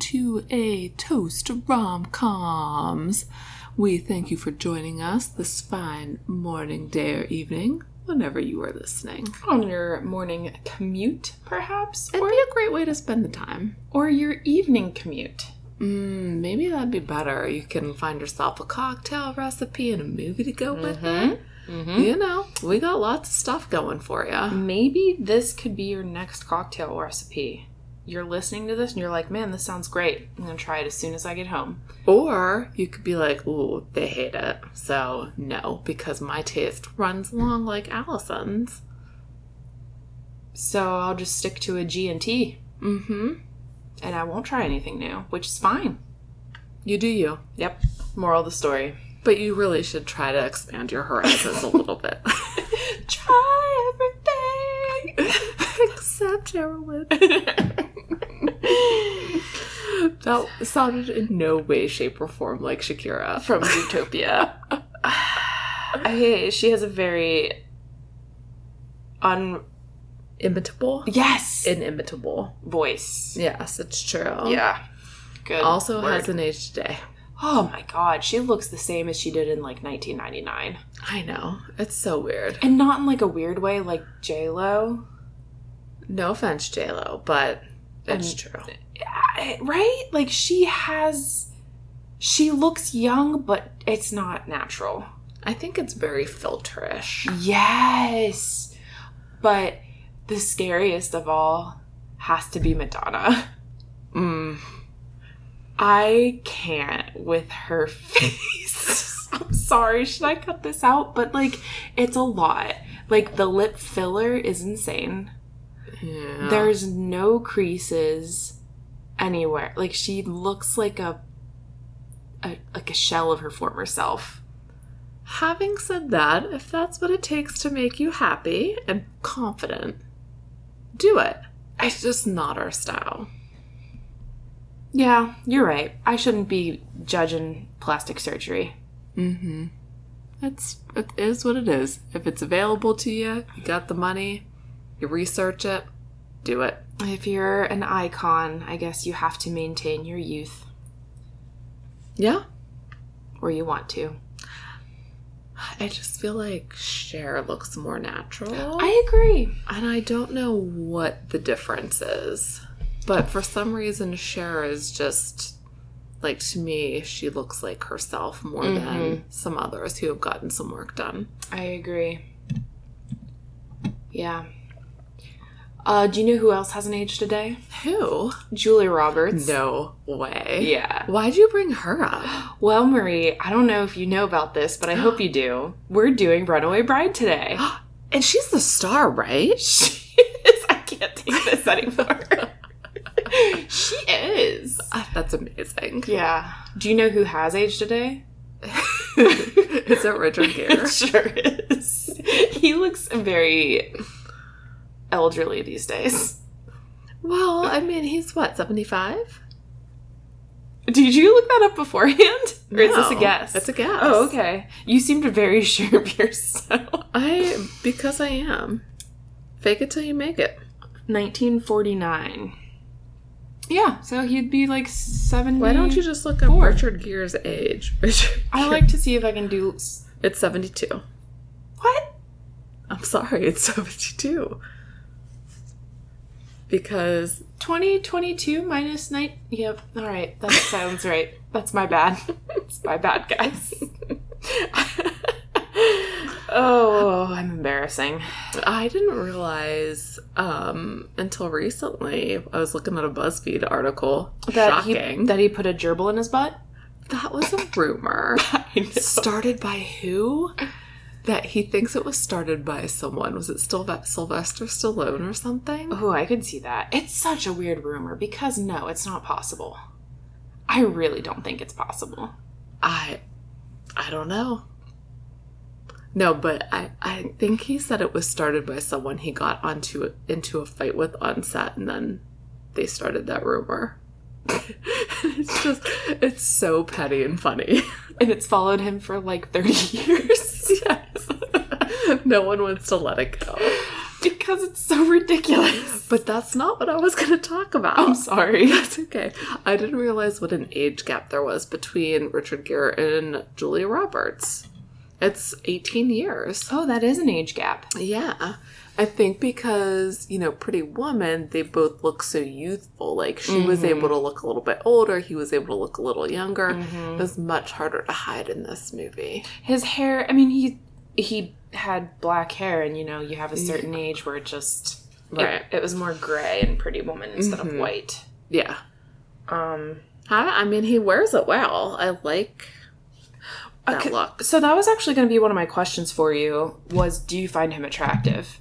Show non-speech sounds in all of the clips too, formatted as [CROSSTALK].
to a toast to rom coms. We thank you for joining us this fine morning, day, or evening, whenever you are listening. on your morning commute, perhaps, It'd or, be a great way to spend the time. or your evening commute. Mm, maybe that'd be better. You can find yourself a cocktail recipe and a movie to go with it. Mm-hmm. You know, we got lots of stuff going for you. Maybe this could be your next cocktail recipe. You're listening to this and you're like, man, this sounds great. I'm going to try it as soon as I get home. Or you could be like, ooh, they hate it. So, no, because my taste runs long like Allison's. So I'll just stick to a G&T Mm hmm. Mm-hmm. and I won't try anything new, which is fine. You do you. Yep. Moral of the story. But you really should try to expand your horizons a little bit. Try everything. Except heroin. [LAUGHS] that sounded in no way, shape, or form like Shakira. From [LAUGHS] Zootopia. I, she has a very un Imitable? yes Inimitable. voice. Yes, it's true. Yeah. Good. Also word. has an age today. Oh my god, she looks the same as she did in like 1999. I know. It's so weird. And not in like a weird way like J-Lo. No offense, JLo, but it's Um, true. I- Right? Like she has she looks young, but it's not natural. I think it's very filterish. Yes. But the scariest of all has to be Madonna. Mm. I can't with her [LAUGHS] face. I'm sorry, should I cut this out? But like, it's a lot. Like, the lip filler is insane. Yeah. There's no creases anywhere. Like, she looks like a, a like a shell of her former self. Having said that, if that's what it takes to make you happy and confident, do it. It's just not our style. Yeah, you're right. I shouldn't be judging plastic surgery. Mm-hmm. It's it is what it is. If it's available to you, you got the money, you research it, do it. If you're an icon, I guess you have to maintain your youth, Yeah. or you want to. I just feel like Cher looks more natural. I agree. and I don't know what the difference is. But for some reason Cher is just like to me, she looks like herself more Mm-hmm. than some others who have gotten some work done. I agree. Yeah. Uh, do you know who else hasn't aged a day? Who? Julia Roberts. No way. Yeah. Why'd you bring her up? Well, Marie, I don't know if you know about this, but I hope you do. We're doing Runaway [GASPS] Bride today. And she's the star, right? she is. I can't take [LAUGHS] this anymore. she is. Ah, that's amazing. Yeah. Do you know who has aged [LAUGHS] a day? is it Richard Gere? [LAUGHS] It sure is. He looks very elderly these days. well, I mean, he's what, 75? Did you look that up beforehand? Or is this a No, guess? It's a guess. Oh, okay. You seemed very sure of yourself. I, because I am. Fake it till you make it. 1949. Yeah, so he'd be like 70. Why don't you just look up Four. Richard Gere's age? [LAUGHS] Richard I Gere- like to see if I can do. s- It's 72. What? I'm sorry, it's [LAUGHS] 72. [LAUGHS] Because 2022 minus 9. Yep, alright, [LAUGHS] that sounds right. That's my bad. It's my bad, guys. oh, I'm embarrassing. I didn't realize um, until recently. I was looking at a BuzzFeed article. That Shocking. he, that he put a gerbil in his butt? that was a rumor [LAUGHS] I know. started by who? That he thinks it was started by someone. Was it still Sylvester Stallone or something? Oh, I could see that. It's such a weird rumor because no, it's not possible. I really don't think it's possible. I, I don't know. No, but I, I think he said it was started by someone he got onto into a fight with on set, and then they started that rumor. [LAUGHS] it's just, it's so petty and funny. [LAUGHS] And it's followed him for like 30 [LAUGHS] years. [LAUGHS] yes. no one wants to let it go. because it's so ridiculous. But that's not what I was going to talk about. I'm [LAUGHS] sorry. That's okay. I didn't realize what an age gap there was between Richard Gere and Julia Roberts. It's 18 years. Oh, that is an age gap. Yeah. I think because, you know, Pretty Woman, they both look so youthful. Like, she was Mm-hmm. able to look a little bit older, he was able to look a little younger. Mm-hmm. It was much harder to hide in this movie. His hair, I mean, he he had black hair and you know, you have a certain age where it just it- Right. Mm-hmm. it, was more gray and pretty woman instead of white. Yeah. Um I, I mean, he wears it well. I like that okay, look. So that was actually going to be one of my questions for you was do you find him attractive?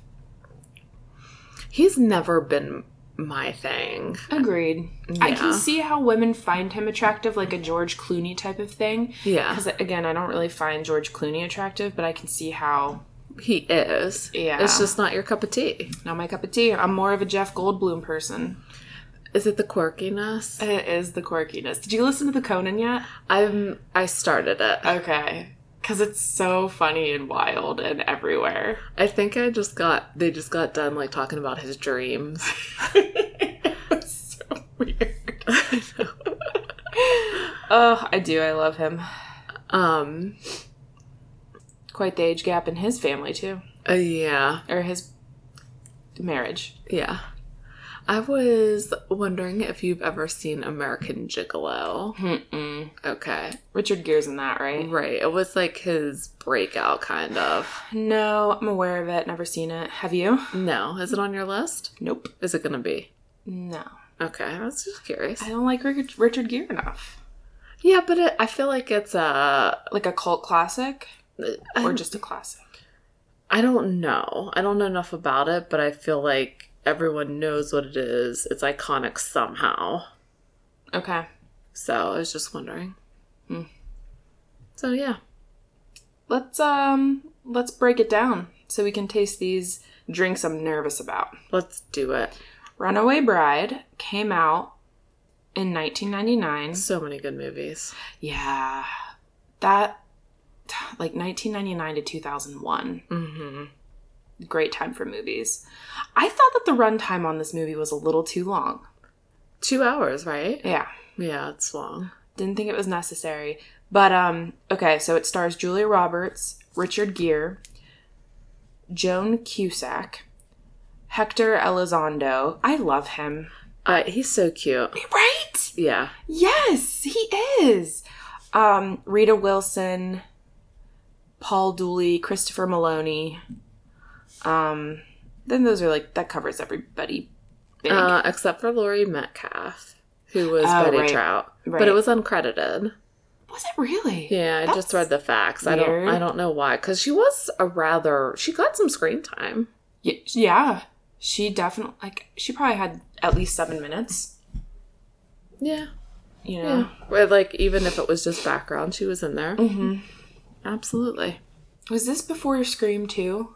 He's never been my thing. Agreed. I can Yeah. see how women find him attractive like a George Clooney type of thing. Yeah. Because again, I don't really find George Clooney attractive, but I can see how He is. Yeah. It's just not your cup of tea. not my cup of tea. I'm more of a Jeff Goldblum person. Is it the quirkiness? It is the quirkiness. Did you listen to the Conan yet? I'm I started it. Okay. Because it's so funny and wild and everywhere. [LAUGHS] I think I just got they just got done like talking about his dreams. [LAUGHS] it was so weird. oh, I do. I love him. Um Quite the age gap in his family, too. uh, yeah. Or his marriage. Yeah. I was wondering if you've ever seen American Gigolo. Mm-mm. Okay. Richard Gere's in that, right? Right. It was like his breakout kind of. No, I'm aware of it. Never seen it. Have you? No. Is it on your list? Nope. Is it gonna be? No. Okay. I was just curious. I don't like Rick- Richard Gere enough. Yeah, but it, I feel like it's a. Like a cult classic? Or I- just a classic? I don't know. I don't know enough about it, but I feel like everyone knows what it is. It's iconic somehow. Okay. So I was just wondering. Hmm. So yeah, Let's um let's break it down so we can taste these drinks I'm nervous about. let's do it. Runaway Bride came out in 1999. So many good movies. Yeah. That like 1999 to 2001. Mm-hmm. Great time for movies. I thought that the runtime on this movie was a little too long. Two hours, right? Yeah. Yeah, it's long. Didn't think it was necessary. But um okay, so it stars Julia Roberts, Richard Gere, Joan Cusack, Hector Elizondo. I love him. Uh, he's so cute. Right? Yeah, Yes, he is. Um Rita Wilson, Paul Dooley, Christopher Maloney. Um then those are like that covers everybody. Big. uh, except for Laurie Metcalf, who was Oh, Betty right. Trout, right. but it was uncredited. Was it really? Yeah, I just That's read the facts. I weird. don't. I don't know why, because she was a rather. She got some screen time. Y- Yeah, she definitely like she probably had at least seven minutes. Yeah. You Yeah. know, Where, like, even if it was just background, she was in there. Mm-hmm. Absolutely. was this before Scream too?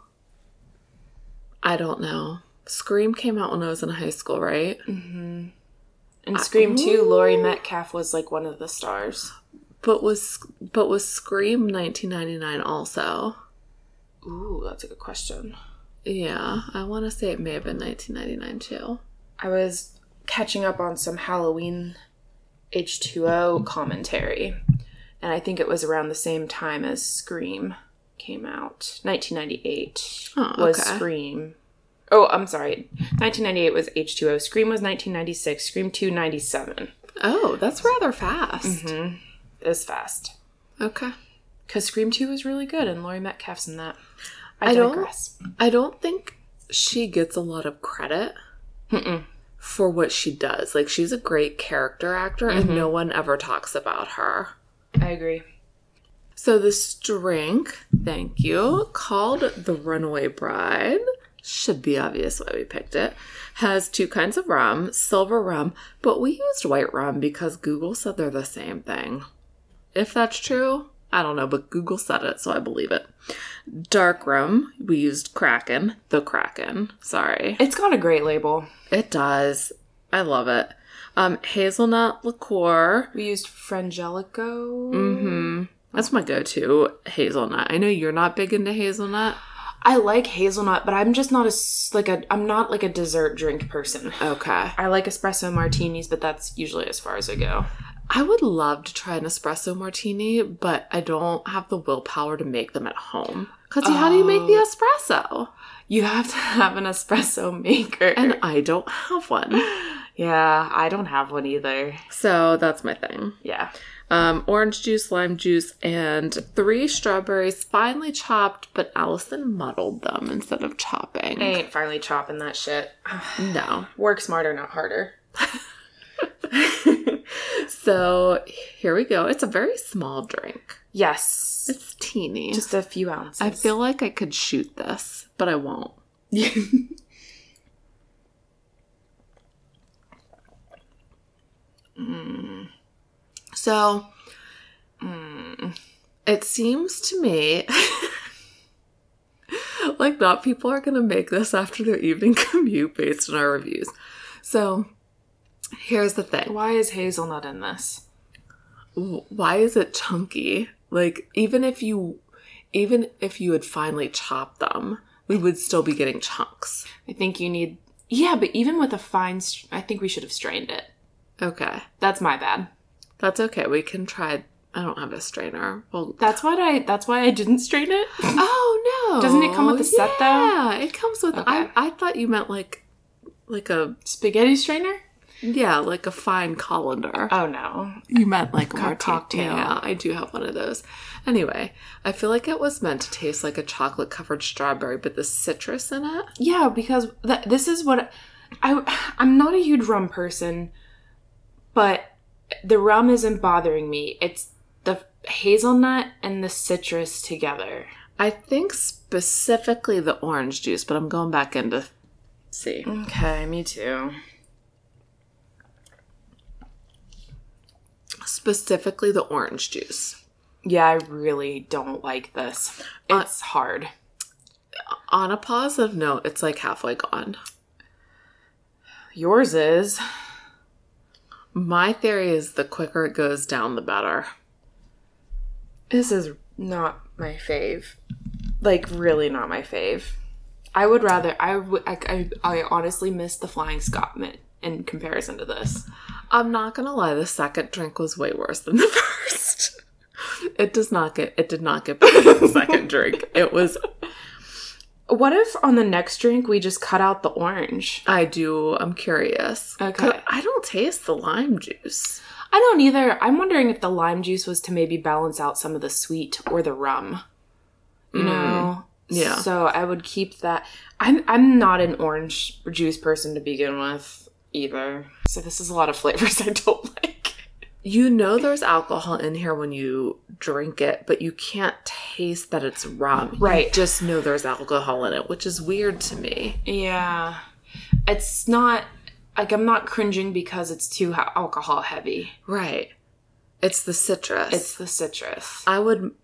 I don't know. Scream came out when I was in high school, right? And Scream two, Laurie Metcalf was like one of the stars. But was but was Scream 1999 also? Ooh, that's a good question. Yeah, I want to say it may have been 1999 too. I was catching up on some Halloween H two O commentary, and I think it was around the same time as Scream came out. Nineteen ninety eight Oh, was okay. Scream. Oh, I'm sorry. 1998 was H2O. Scream was 1996. Scream 2, 97. Oh, that's rather fast. is fast. Okay. Because Scream 2 is really good and Laurie Metcalf's in that. I, I don't- digress. I don't think she gets a lot of credit for what she does. Like she's a great character actor, and no one ever talks about her. I agree. So this drink, thank you, called the Runaway Bride, should be obvious why we picked it, has two kinds of rum, silver rum, but we used white rum because Google said they're the same thing. If that's true, I don't know, but Google said it, so I believe it. Dark rum, we used Kraken, the Kraken, sorry. It's got a great label. It does. I love it. Um, hazelnut liqueur, We used Frangelico. Mm. Mm-hmm. That's my go-to hazelnut. I know you're not big into hazelnut. I like hazelnut, but I'm just not a s- like a I'm not like a dessert drink person. Okay. I like espresso martinis, but that's usually as far as I go. I would love to try an espresso martini, but I don't have the willpower to make them at home. Because how do you make the Oh. espresso? You have to [LAUGHS] have an espresso maker. And I don't have one. yeah, I don't have one either. So that's my thing. Yeah. Um, orange juice, lime juice, and three strawberries, finely chopped, but Allison muddled them instead of chopping. I ain't finally chopping that shit. [SIGHS] No. Work smarter, not harder. So here we go. It's a very small drink. Yes. It's teeny. Just a few ounces. I feel like I could shoot this, but I won't. Mm. So mm, it seems to me [LAUGHS] like not people are going to make this after their evening [LAUGHS] commute based on our reviews. So here's the thing. Why is hazelnut in this? W- Why is it chunky? Like even if you even if you had finally chopped them, we would still be getting chunks. I think you need. Yeah, but even with a fine, str- I think we should have strained it. Okay. That's my bad. That's okay. We can try I don't have a strainer. Well, [CLEARS THROAT] That's what I. That's why I didn't strain it. [LAUGHS] Oh no! Doesn't it come with a set, though? Yeah, it comes with. I Okay. I thought you meant like, like a Spaghetti strainer? yeah, like a fine colander. Oh no. you meant like a martini- cocktail. Yeah, I do have one of those. Anyway, I feel like it was meant to taste like a chocolate covered strawberry, but the citrus in it. Yeah, because th- this is what I. I'm not a huge rum person, but the rum isn't bothering me. It's the hazelnut and the citrus together. I think specifically the orange juice, but I'm going back into see. Okay, me too. Specifically the orange juice. Yeah, I really don't like this. Uh, It's hard. On a positive note, it's like halfway gone. Yours is. My theory is the quicker it goes down, the better. This is not my fave. Like really not my fave. I would rather I would I, I, I honestly miss the Flying Scotsman in comparison to this. I'm not gonna lie, the second drink was way worse than the [LAUGHS] first. It does not get it did not get better than the second drink. It was What if on the next drink we just cut out the orange? I do I'm curious. 'Cause Okay. I don't taste the lime juice. I don't either. I'm wondering if the lime juice was to maybe balance out some of the sweet or the rum. You know. Yeah. So I would keep that. I'm I'm not an orange juice person to begin with either. So this is a lot of flavors [LAUGHS] I don't like. You know there's alcohol in here when you drink it, but you can't taste that it's rum. You Right. just know there's alcohol in it, which is weird to me. Yeah. It's not like I'm not cringing because it's too ha- alcohol heavy. Right. It's the citrus. It's the citrus. I would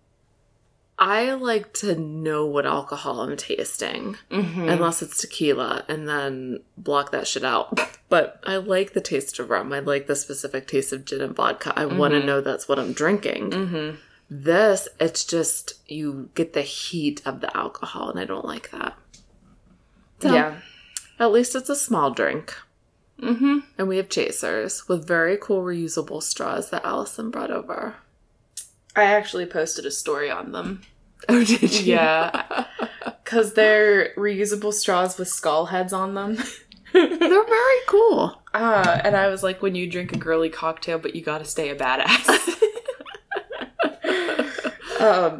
I like to know what alcohol I'm tasting. Mm-hmm. unless it's tequila and then block that shit out [LAUGHS] but i like the taste of rum i like the specific taste of gin and vodka i want to know that's what i'm drinking Mm-hmm. this it's just you get the heat of the alcohol and i don't like that So- Yeah. at least it's a small drink Mm-hmm. and we have chasers with very cool reusable straws that allison brought over I actually posted a story on them. oh [LAUGHS] did you [LAUGHS] Yeah. Because they're reusable straws with skull heads on them. [LAUGHS] they're very cool Uh, and I was like, when you drink a girly cocktail, but you gotta stay a badass. [LAUGHS]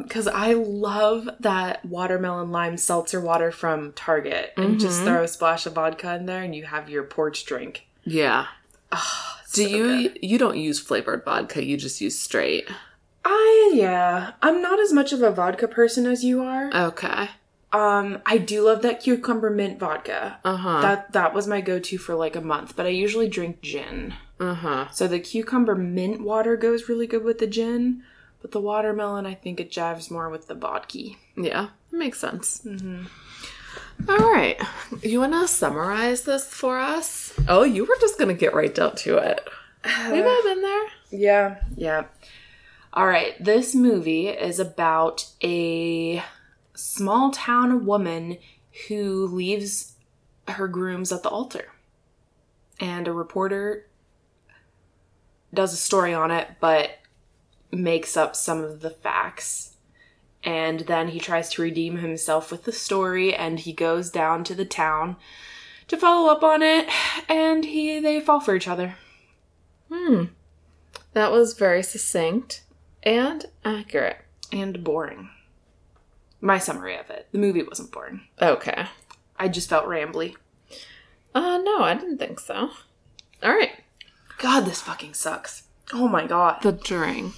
Because I love that watermelon lime seltzer water from Target and just Mhm. throw a splash of vodka in there and you have your porch drink. yeah Oh, do you you don't use flavored vodka you just use straight I, yeah. I'm not as much of a vodka person as you are. okay Um, I do love that cucumber mint vodka. uh-huh That that was my go-to for like a month, but I usually drink gin. uh-huh So the cucumber mint water goes really good with the gin, but the watermelon I think it jives more with the vodka. Yeah, that makes sense. Mhm. All right. You want to summarize this for us? Oh, you were just going to get right down to it. [SIGHS] We've all been there. Yeah, yeah. All right, this movie is about a small town woman who leaves her grooms at the altar. And a reporter does a story on it, but makes up some of the facts. And then he tries to redeem himself with the story, and he goes down to the town to follow up on it, and he they fall for each other. Hmm. That was very succinct and accurate. And boring. My summary of it. The movie wasn't boring. Okay. I just felt rambly. Uh, no, I didn't think so. All right. God, this fucking sucks. Oh my god. The drink.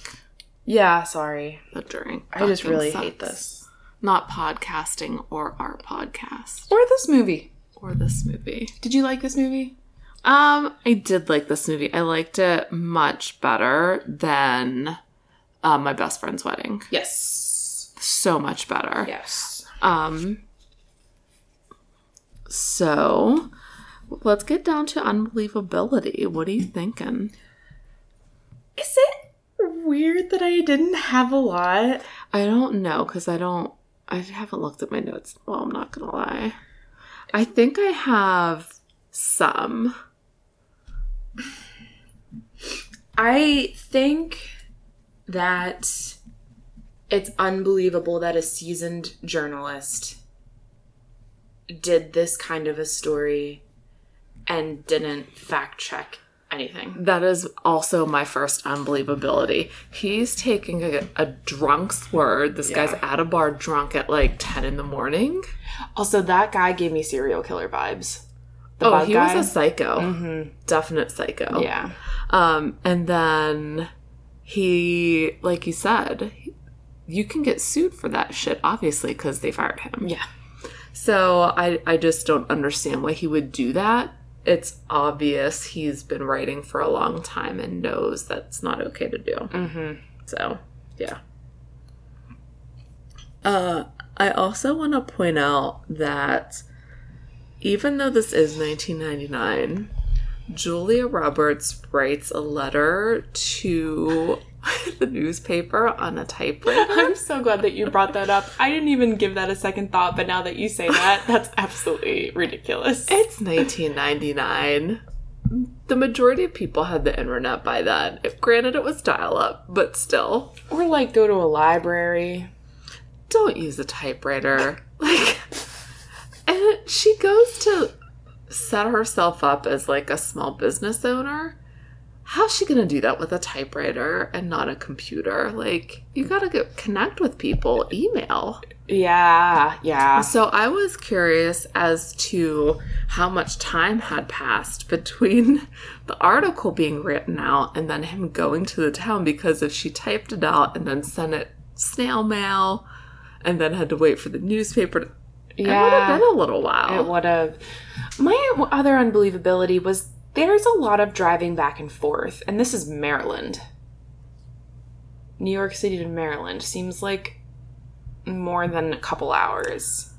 Yeah, sorry. The drink. I just fucking really hate sucks. this. Not podcasting or our podcast Or this movie. or this movie. Did you like this movie? Um, I did like this movie. I liked it much better than uh, my best friend's wedding. Yes. So much better. Yes. Um. So, let's get down to unbelievability. What are you thinking? Is it weird that I didn't have a lot? I don't know because I don't. I haven't looked at my notes. Well, I'm not gonna lie. I think I have some. I think that it's unbelievable that a seasoned journalist did this kind of a story and didn't fact check anything. That is also my first unbelievability. He's taking a, a drunk's word. This guy's at a bar drunk at like 10 in the morning. Also, that guy gave me serial killer vibes. The Oh, bug he guy. Mm-hmm. was a psycho. Definite psycho. yeah. Um, and then he, like you said, you can get sued for that shit, obviously, because they fired him. Yeah. So I, I just don't understand why he would do that. It's obvious he's been writing for a long time and knows that's not okay to do. Mm-hmm. So, yeah. Uh, I also want to point out that even though this is 1999, Julia Roberts writes a letter to [LAUGHS] the newspaper on a typewriter. [LAUGHS] I'm so glad that you brought that up. I didn't even give that a second thought, but now that you say [LAUGHS] that, that's absolutely ridiculous. It's 1999. The majority of people had the internet by then. Granted, it was dial up, but still. Or like go to a library. don't use a typewriter. [LAUGHS] Like, and she goes to set herself up as like a small business owner. How's she gonna do that with a typewriter and not a computer? Like, you gotta go connect with people, email. Yeah, yeah. So I was curious as to how much time had passed between [LAUGHS] the article being written out and then him going to the town because if she typed it out and then sent it snail mail and then had to wait for the newspaper, to, it would have been a little while. It would have. My other unbelievability was there's a lot of driving back and forth, and this is Maryland. New York City to Maryland seems like more than a couple hours.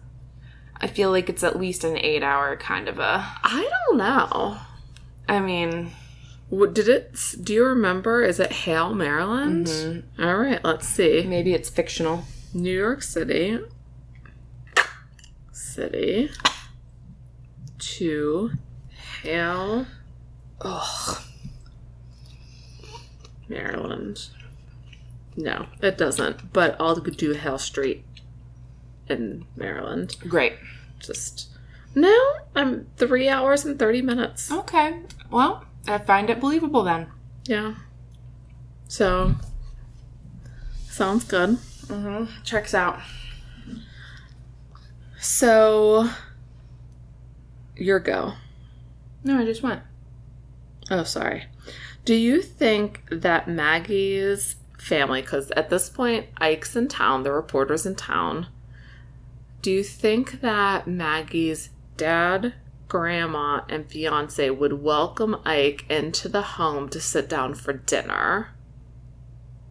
I feel like it's at least an eight hour kind of a. I don't know. I mean, What- Did it? Do you remember? Is it Hale, Maryland? All right, let's see. maybe it's fictional. New York City. City. To Hale, Ugh. Maryland. No, it doesn't. But I'll do Hale Street in Maryland. Great. Just no, I'm three hours and thirty minutes. Okay. Well, I find it believable then. Yeah. So sounds good. Mm-hmm. Checks out. So your go. No, I just went. Oh, sorry. Do you think that Maggie's family, because at this point, Ike's in town, the reporter's in town, do you think that Maggie's dad, grandma, and fiance would welcome Ike into the home to sit down for dinner?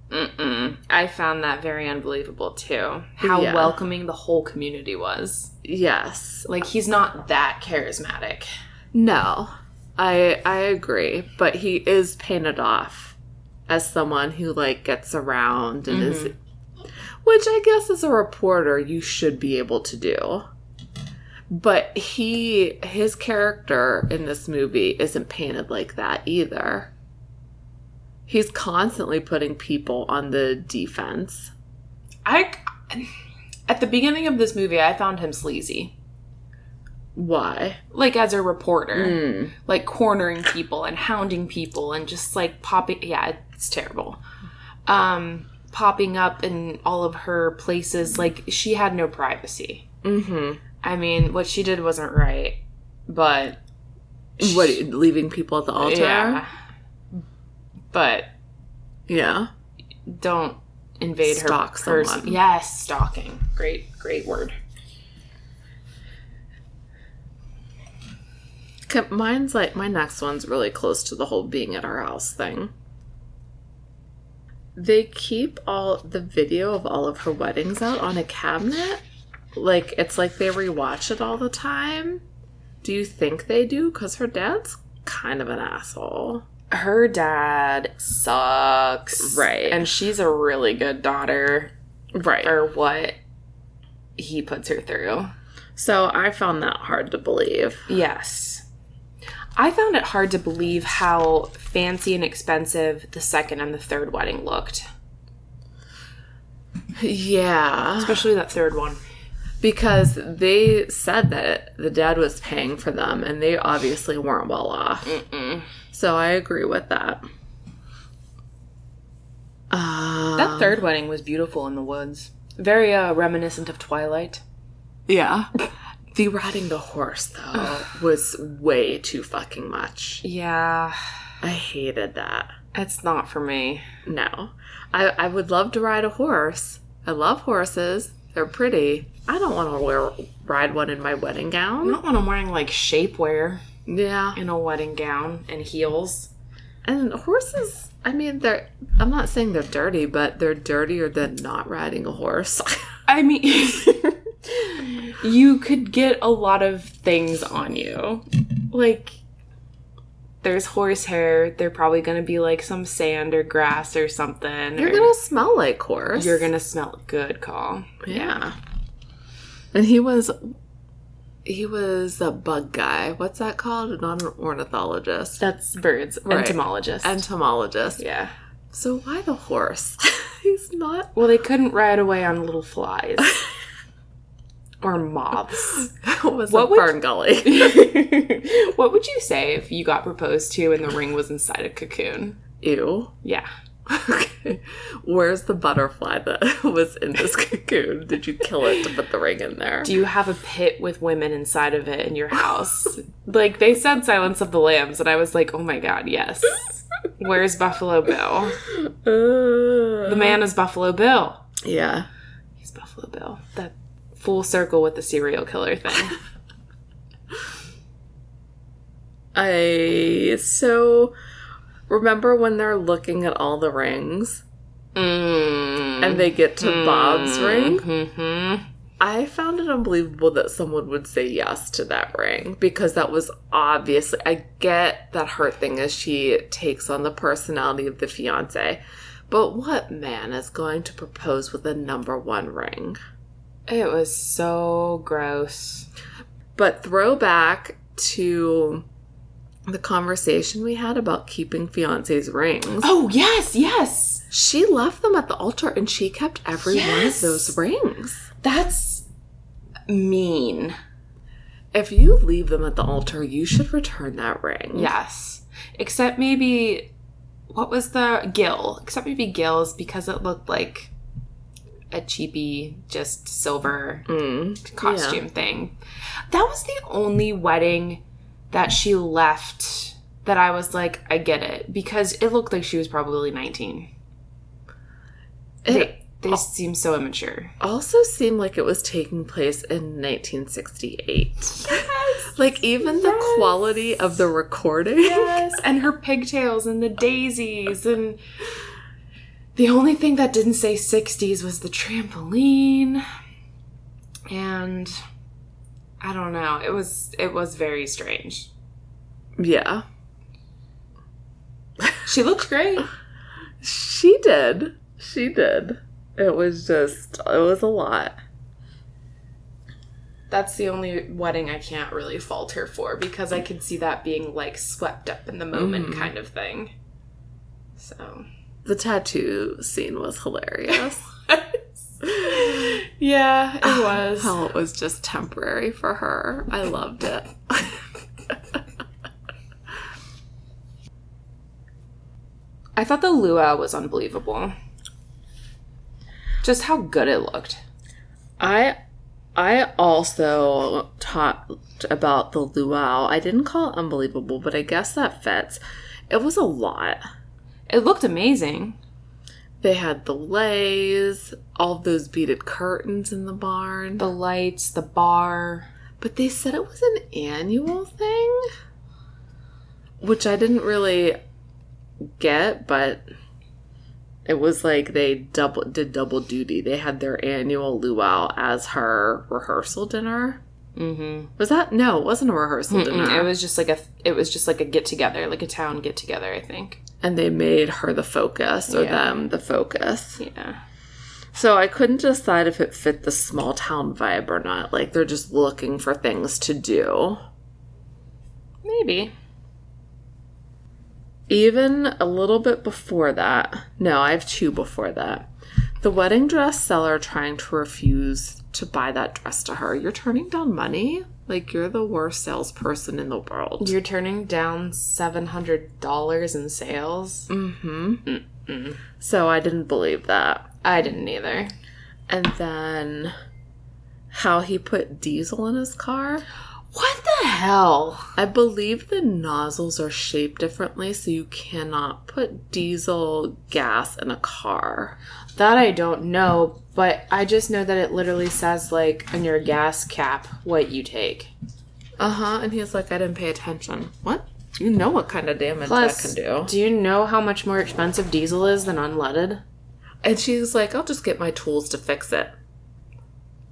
Mm-mm. I found that very unbelievable too. How Yeah. welcoming the whole community was. Yes. Like he's not that charismatic. No. I I agree, but he is painted off as someone who like gets around and is which I guess as a reporter you should be able to do. But he his character in this movie isn't painted like that either. He's constantly putting people on the defense. I at the beginning of this movie, I found him sleazy, Why? like as a reporter, Mm. like cornering people and hounding people and just like popping. Yeah, it's terrible. Um, popping up in all of her places, like she had no privacy. Mm-hmm. I mean, what she did wasn't right, but What leaving people at the altar? yeah, but Yeah. don't invade Stalk her pers- someone. Yes, stalking. Great, great word. Okay, Mine's like my next one's really close to the whole being at our house thing. They keep all the video of all of her weddings out on a cabinet. Like it's like they rewatch it all the time. Do you think they do? Because her dad's kind of an asshole. her dad sucks. Right. And she's a really good daughter Right. for what he puts her through. So I found that hard to believe. Yes. I found it hard to believe how fancy and expensive the second and the third wedding looked, Yeah. especially that third one. Because they said that the dad was paying for them and they obviously weren't well off. Mm-mm. So I agree with that. Uh, That third wedding was beautiful in the woods. Very uh, reminiscent of Twilight. yeah. The riding the horse though was way too fucking much. Yeah, I hated that. it's not for me. No, I I would love to ride a horse. I love horses. They're pretty. I don't want to wear ride one in my wedding gown. Not when I'm wearing like shapewear Yeah, in a wedding gown and heels. and horses. I mean, they're. I'm not saying they're dirty, but they're dirtier than not riding a horse. [LAUGHS] I mean, [LAUGHS] you could get a lot of things on you. Like, there's horsehair. They're probably going to be like some sand or grass or something. You're or- gonna smell like horse. you're gonna smell good. Call. Yeah. And he was he was a bug guy. What's that called? Not an ornithologist. That's birds. Right. Entomologist. Entomologist. yeah. So why the horse? [LAUGHS] He's not [LAUGHS] Well, they couldn't ride away on little [LAUGHS] flies or [LAUGHS] moths. that was What a would- fern gully. [LAUGHS] what would you say if you got proposed to and the ring was inside a cocoon? Ew. Yeah. Okay. Where's the butterfly that [LAUGHS] was in this cocoon? Did you kill it to put the ring in there? Do you have a pit with women inside of it in your house? like they said Silence of the Lambs, and I was like, oh my god, yes. Where's Buffalo Bill? Uh, The man is Buffalo Bill. Yeah. He's Buffalo Bill. That full circle with the serial killer thing. I so remember when they're looking at all the rings Mm. and they get to Bob's Mm-hmm. ring? hmm I found it unbelievable that someone would say yes to that ring because that was obviously. I get that her thing is she takes on the personality of the fiance, but what man is going to propose with a number one ring? It was so gross. But throwback to the conversation we had about keeping fiance's rings. Oh yes, yes. She left them at the altar and she kept every one of Yes. those rings. That's mean. If you leave them at the altar, you should return that ring. Yes. Except maybe what was the gill? Except maybe gills because it looked like a cheapy just silver Mm. costume thing. That was the only wedding that she left that I was like, I get it because it looked like she was probably 19. It- they they seem so immature. also seemed like it was taking place in 1968. Yes. [LAUGHS] Like even the Yes. quality of the recording. Yes, and her pigtails and the daisies and the only thing that didn't say 60s was the trampoline. And I don't know. It was it was very strange. Yeah. She looked great. She did. She did. It was just, it was a lot. That's the only wedding I can't really fault her for because I could see that being like swept up in the moment Mhm. kind of thing. So. [LAUGHS] The tattoo scene was hilarious. yeah, [LAUGHS] [SIGHS] it was. How it was just temporary for her. I loved it. [LAUGHS] I thought the luau was unbelievable. Just how good it looked. I I also talked about the luau. I didn't call it unbelievable, but I guess that fits. It was a lot. It looked amazing. They had the lays, all those beaded curtains in the barn. The lights, the bar. But they said it was an annual thing, which I didn't really get, but it was like they double did double duty. They had their annual luau as her rehearsal dinner. Mm-hmm. Was that no? It wasn't a rehearsal dinner. It was just like a. It was just like a get together, like a town get together. I think. and they made her the focus or Yeah. them the focus. Yeah. So I couldn't decide if it fit the small town vibe or not. Like they're just looking for things to do. Maybe. Even a little bit before that, no, I have two before that. The wedding dress seller trying to refuse to buy that dress to her. You're turning down money? Like you're the worst salesperson in the world. You're turning down seven hundred dollars in sales. Mm. mm-hmm. So I didn't believe that. I didn't either. And then how he put diesel in his car. What the hell? I believe the nozzles are shaped differently, so you cannot put diesel gas in a car. That I don't know, but I just know that it literally says like on your gas cap what you take. Uh huh. And he's like, I didn't pay attention. What? You know what kind of damage Plus, that can do. do you know how much more expensive diesel is than [LAUGHS] unleaded? And she's like, I'll just get my tools to fix it.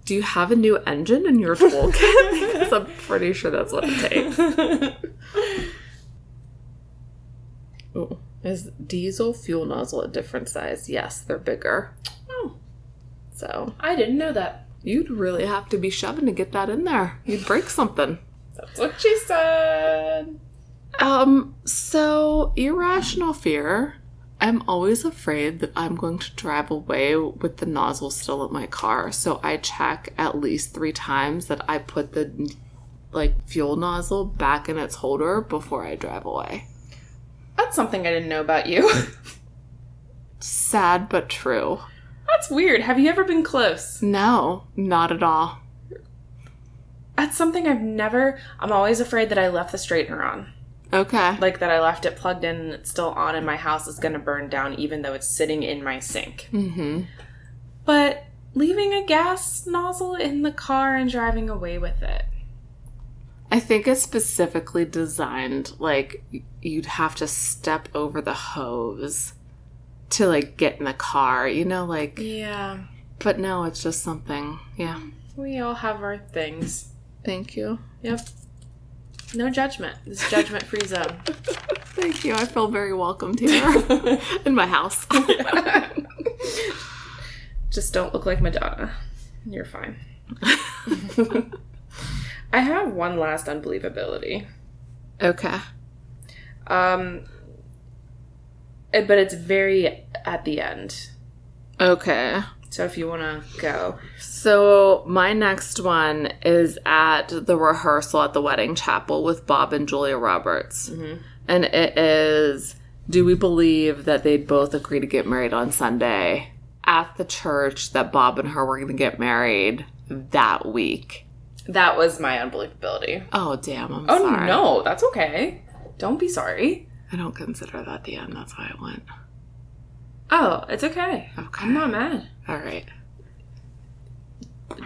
Do you have a new engine in your toolkit? [LAUGHS] because I'm pretty sure that's what it takes. Ooh. Is diesel fuel nozzle a different size? Yes, they're bigger. Oh. So I didn't know that. you'd really have to be shoving to get that in there. You'd break something. That's what she said. Um, so irrational fear. I'm always afraid that I'm going to drive away with the nozzle still in my car. So I check at least three times that I put the like fuel nozzle back in its holder before I drive away. That's something I didn't know about you. [LAUGHS] Sad but true. That's weird. Have you ever been close? No, not at all. That's something I've never. I'm always afraid that I left the straightener on. Okay. Like that I left it plugged in and it's still on, and my house is gonna burn down even though it's sitting in my sink. Mm-hmm. But leaving a gas nozzle in the car and driving away with it. I think it's specifically designed like y- you'd have to step over the hose to like get in the car, you know, like Yeah, But no, it's just something. Yeah. we all have our things. Thank you. Yep. No judgment. This judgment [LAUGHS] free zone. Thank you. I feel very welcomed [LAUGHS] here in my [LAUGHS] house. Just don't look like Madonna. You're fine. I have one last unbelievability. okay. Um eh, but it's very at the end. Okay. So if you want to go. So my next one is at the rehearsal at the wedding chapel with Bob and Julia Roberts. And it is do we believe that they'd both agree to get married on Sunday at the church that Bob and her were going to get married that week? That was my unbelievability. Oh damn, I'm Oh sorry. no, that's okay. Don't be sorry. I don't consider that the end. That's why I went. Oh, it's okay. Okay. I'm not mad. All right.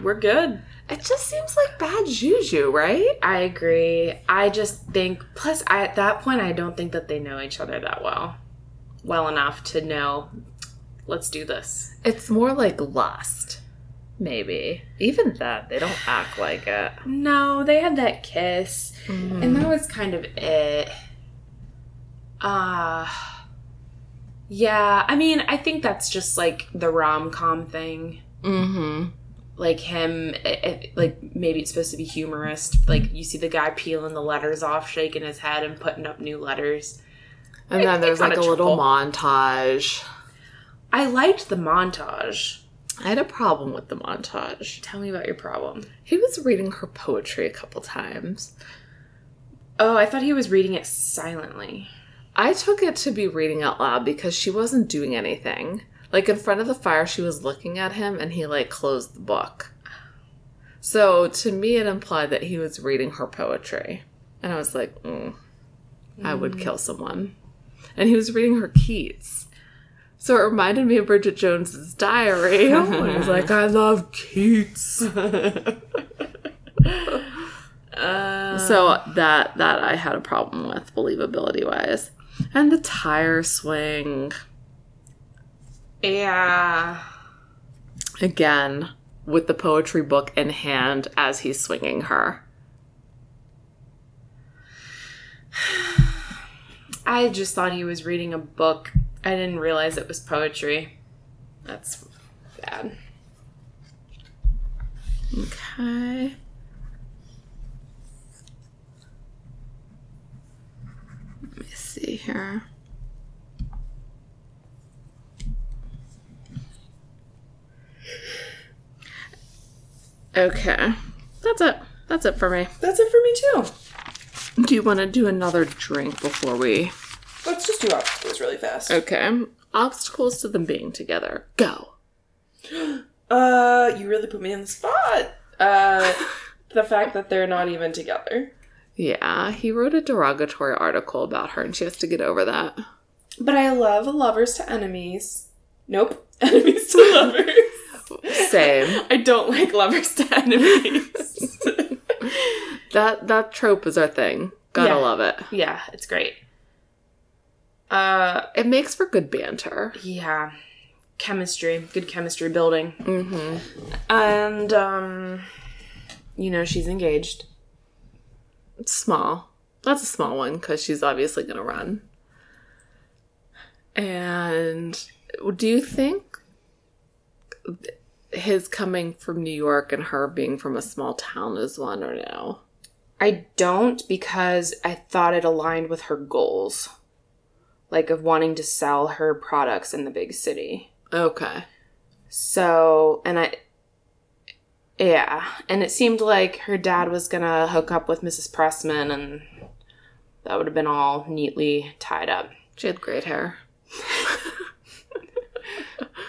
We're good. It just seems like bad juju, right? I agree. I just think plus I, at that point I don't think that they know each other that well. Well enough to know let's do this. It's more like lust, maybe. Even that, they don't act like it. No, they had that kiss Mm-hmm. and that was kind of it. Uh Yeah, I mean, I think that's just like the rom com thing. Mm-hmm. Like him, it- it- like maybe it's supposed to be humorist. Like you see the guy peeling the letters off, shaking his head, and putting up new letters. And then there's got like a a little triple. montage. I liked the montage. I had a problem with the montage. Tell me about your problem. He was reading her poetry a couple times. Oh, I thought he was reading it silently. I took it to be reading out loud because she wasn't doing anything. Like in front of the fire, she was looking at him and he like closed the book. So to me, it implied that he was reading her poetry. And I was like, mm, I would kill someone. And he was reading her Keats. So it reminded me of Bridget Jones's diary. when he was like, I love Keats. Uh, So that that I had a problem with believability wise. And the tire swing yeah. again with the poetry book in hand as he's swinging her. I just thought he was reading a book. I didn't realize it was poetry. That's bad. Okay. Let me see here. Okay. That's it. That's it for me. That's it for me too. Do you want to do another drink before we Let's just do obstacles really fast. Okay. Obstacles to them being together. Go. Uh, you really put me in the spot. [LAUGHS] Uh, the fact that they're not even together. Yeah, he wrote a derogatory article about her and she has to get over that. But I love lovers to enemies. Nope, [LAUGHS] enemies to lovers. Same. I don't like lovers to enemies. [LAUGHS] that that trope is our thing. Gotta Yeah. love it. yeah, it's great. Uh, It makes for good banter. yeah, chemistry, good chemistry building, Mm-hmm. and um, you know she's engaged. It's small. That's a small one because she's obviously gonna run. And do you think his coming from New York and her being from a small town is one or no? I don't because I thought it aligned with her goals, like of wanting to sell her products in the big city. Okay. So, and I, yeah, and it seemed like her dad was gonna hook up with Mrs. Pressman, and that would have been all neatly tied up. She had great hair.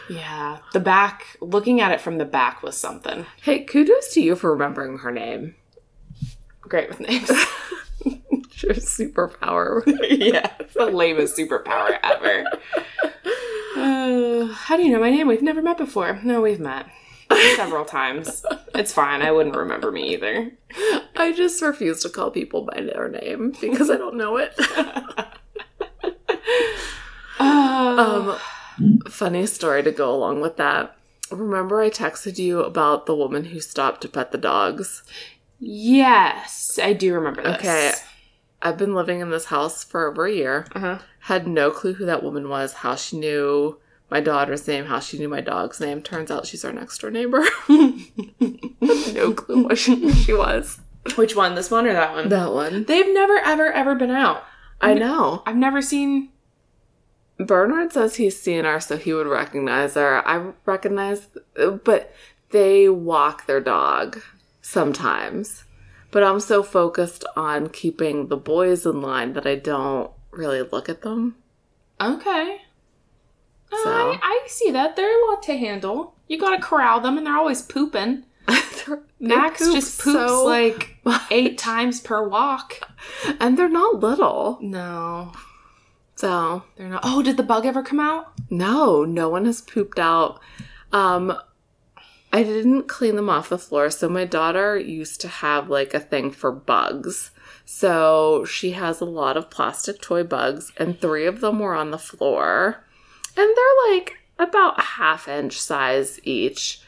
Yeah, the back, looking at it from the back was something. Hey, kudos to you for remembering her name. [LAUGHS] Great with names. It's Your superpower. [LAUGHS] yeah, it's the lamest superpower ever. Uh, how do you know my name? We've never met before. No, we've met several times. It's fine. I wouldn't remember me either. I just refuse to call people by their name because I don't know it. [LAUGHS] Uh, Um, funny story to go along with that. Remember, I texted you about the woman who stopped to pet the dogs. yes, I do remember this. Okay. I've been living in this house for over a year. Uh-huh. Had no clue who that woman was, how she knew my daughter's name, how she knew my dog's name. Turns out she's our next door neighbor. [LAUGHS] no clue what she, she was. Which one? This one or that one? That one. They've never, ever, ever been out. I know. I've never seen. Bernard says he's seen her, so he would recognize her. I recognize, but they walk their dog sometimes. But I'm so focused on keeping the boys in line that I don't really look at them. [LAUGHS] Okay. Uh, So. I, I see that. They're a lot to handle. You gotta corral them, and they're always pooping. They're- they Max poop just poops so like much. eight times per walk. and they're not little. No, So they're not. Oh, did the bug ever come out? No, no one has pooped out. Um, I didn't clean them off the floor. So my daughter used to have like a thing for bugs. So she has a lot of plastic toy bugs, and three of them were on the floor. And they're like about a half inch size each.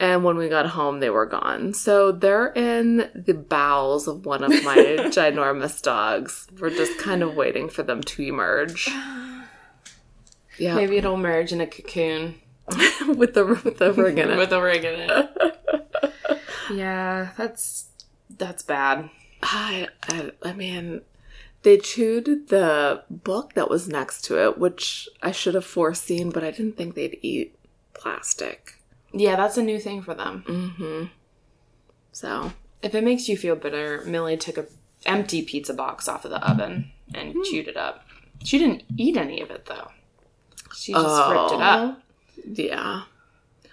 And when we got home, they were gone. So they're in the bowels of one of my ginormous dogs. We're just kind of waiting for them to emerge. Yeah. Maybe it'll merge in a cocoon [LAUGHS] with the with the ring in it. with a ring in it. [LAUGHS] yeah, that's that's bad. [SIGHS] I, I I mean, they chewed the book that was next to it, which I should have foreseen, but I didn't think they'd eat plastic. Yeah, that's a new thing for them. Mm-hmm. So If it makes you feel better, Millie took a empty pizza box off of the oven and chewed it up. She didn't eat any of it though. She just ripped it up. yeah.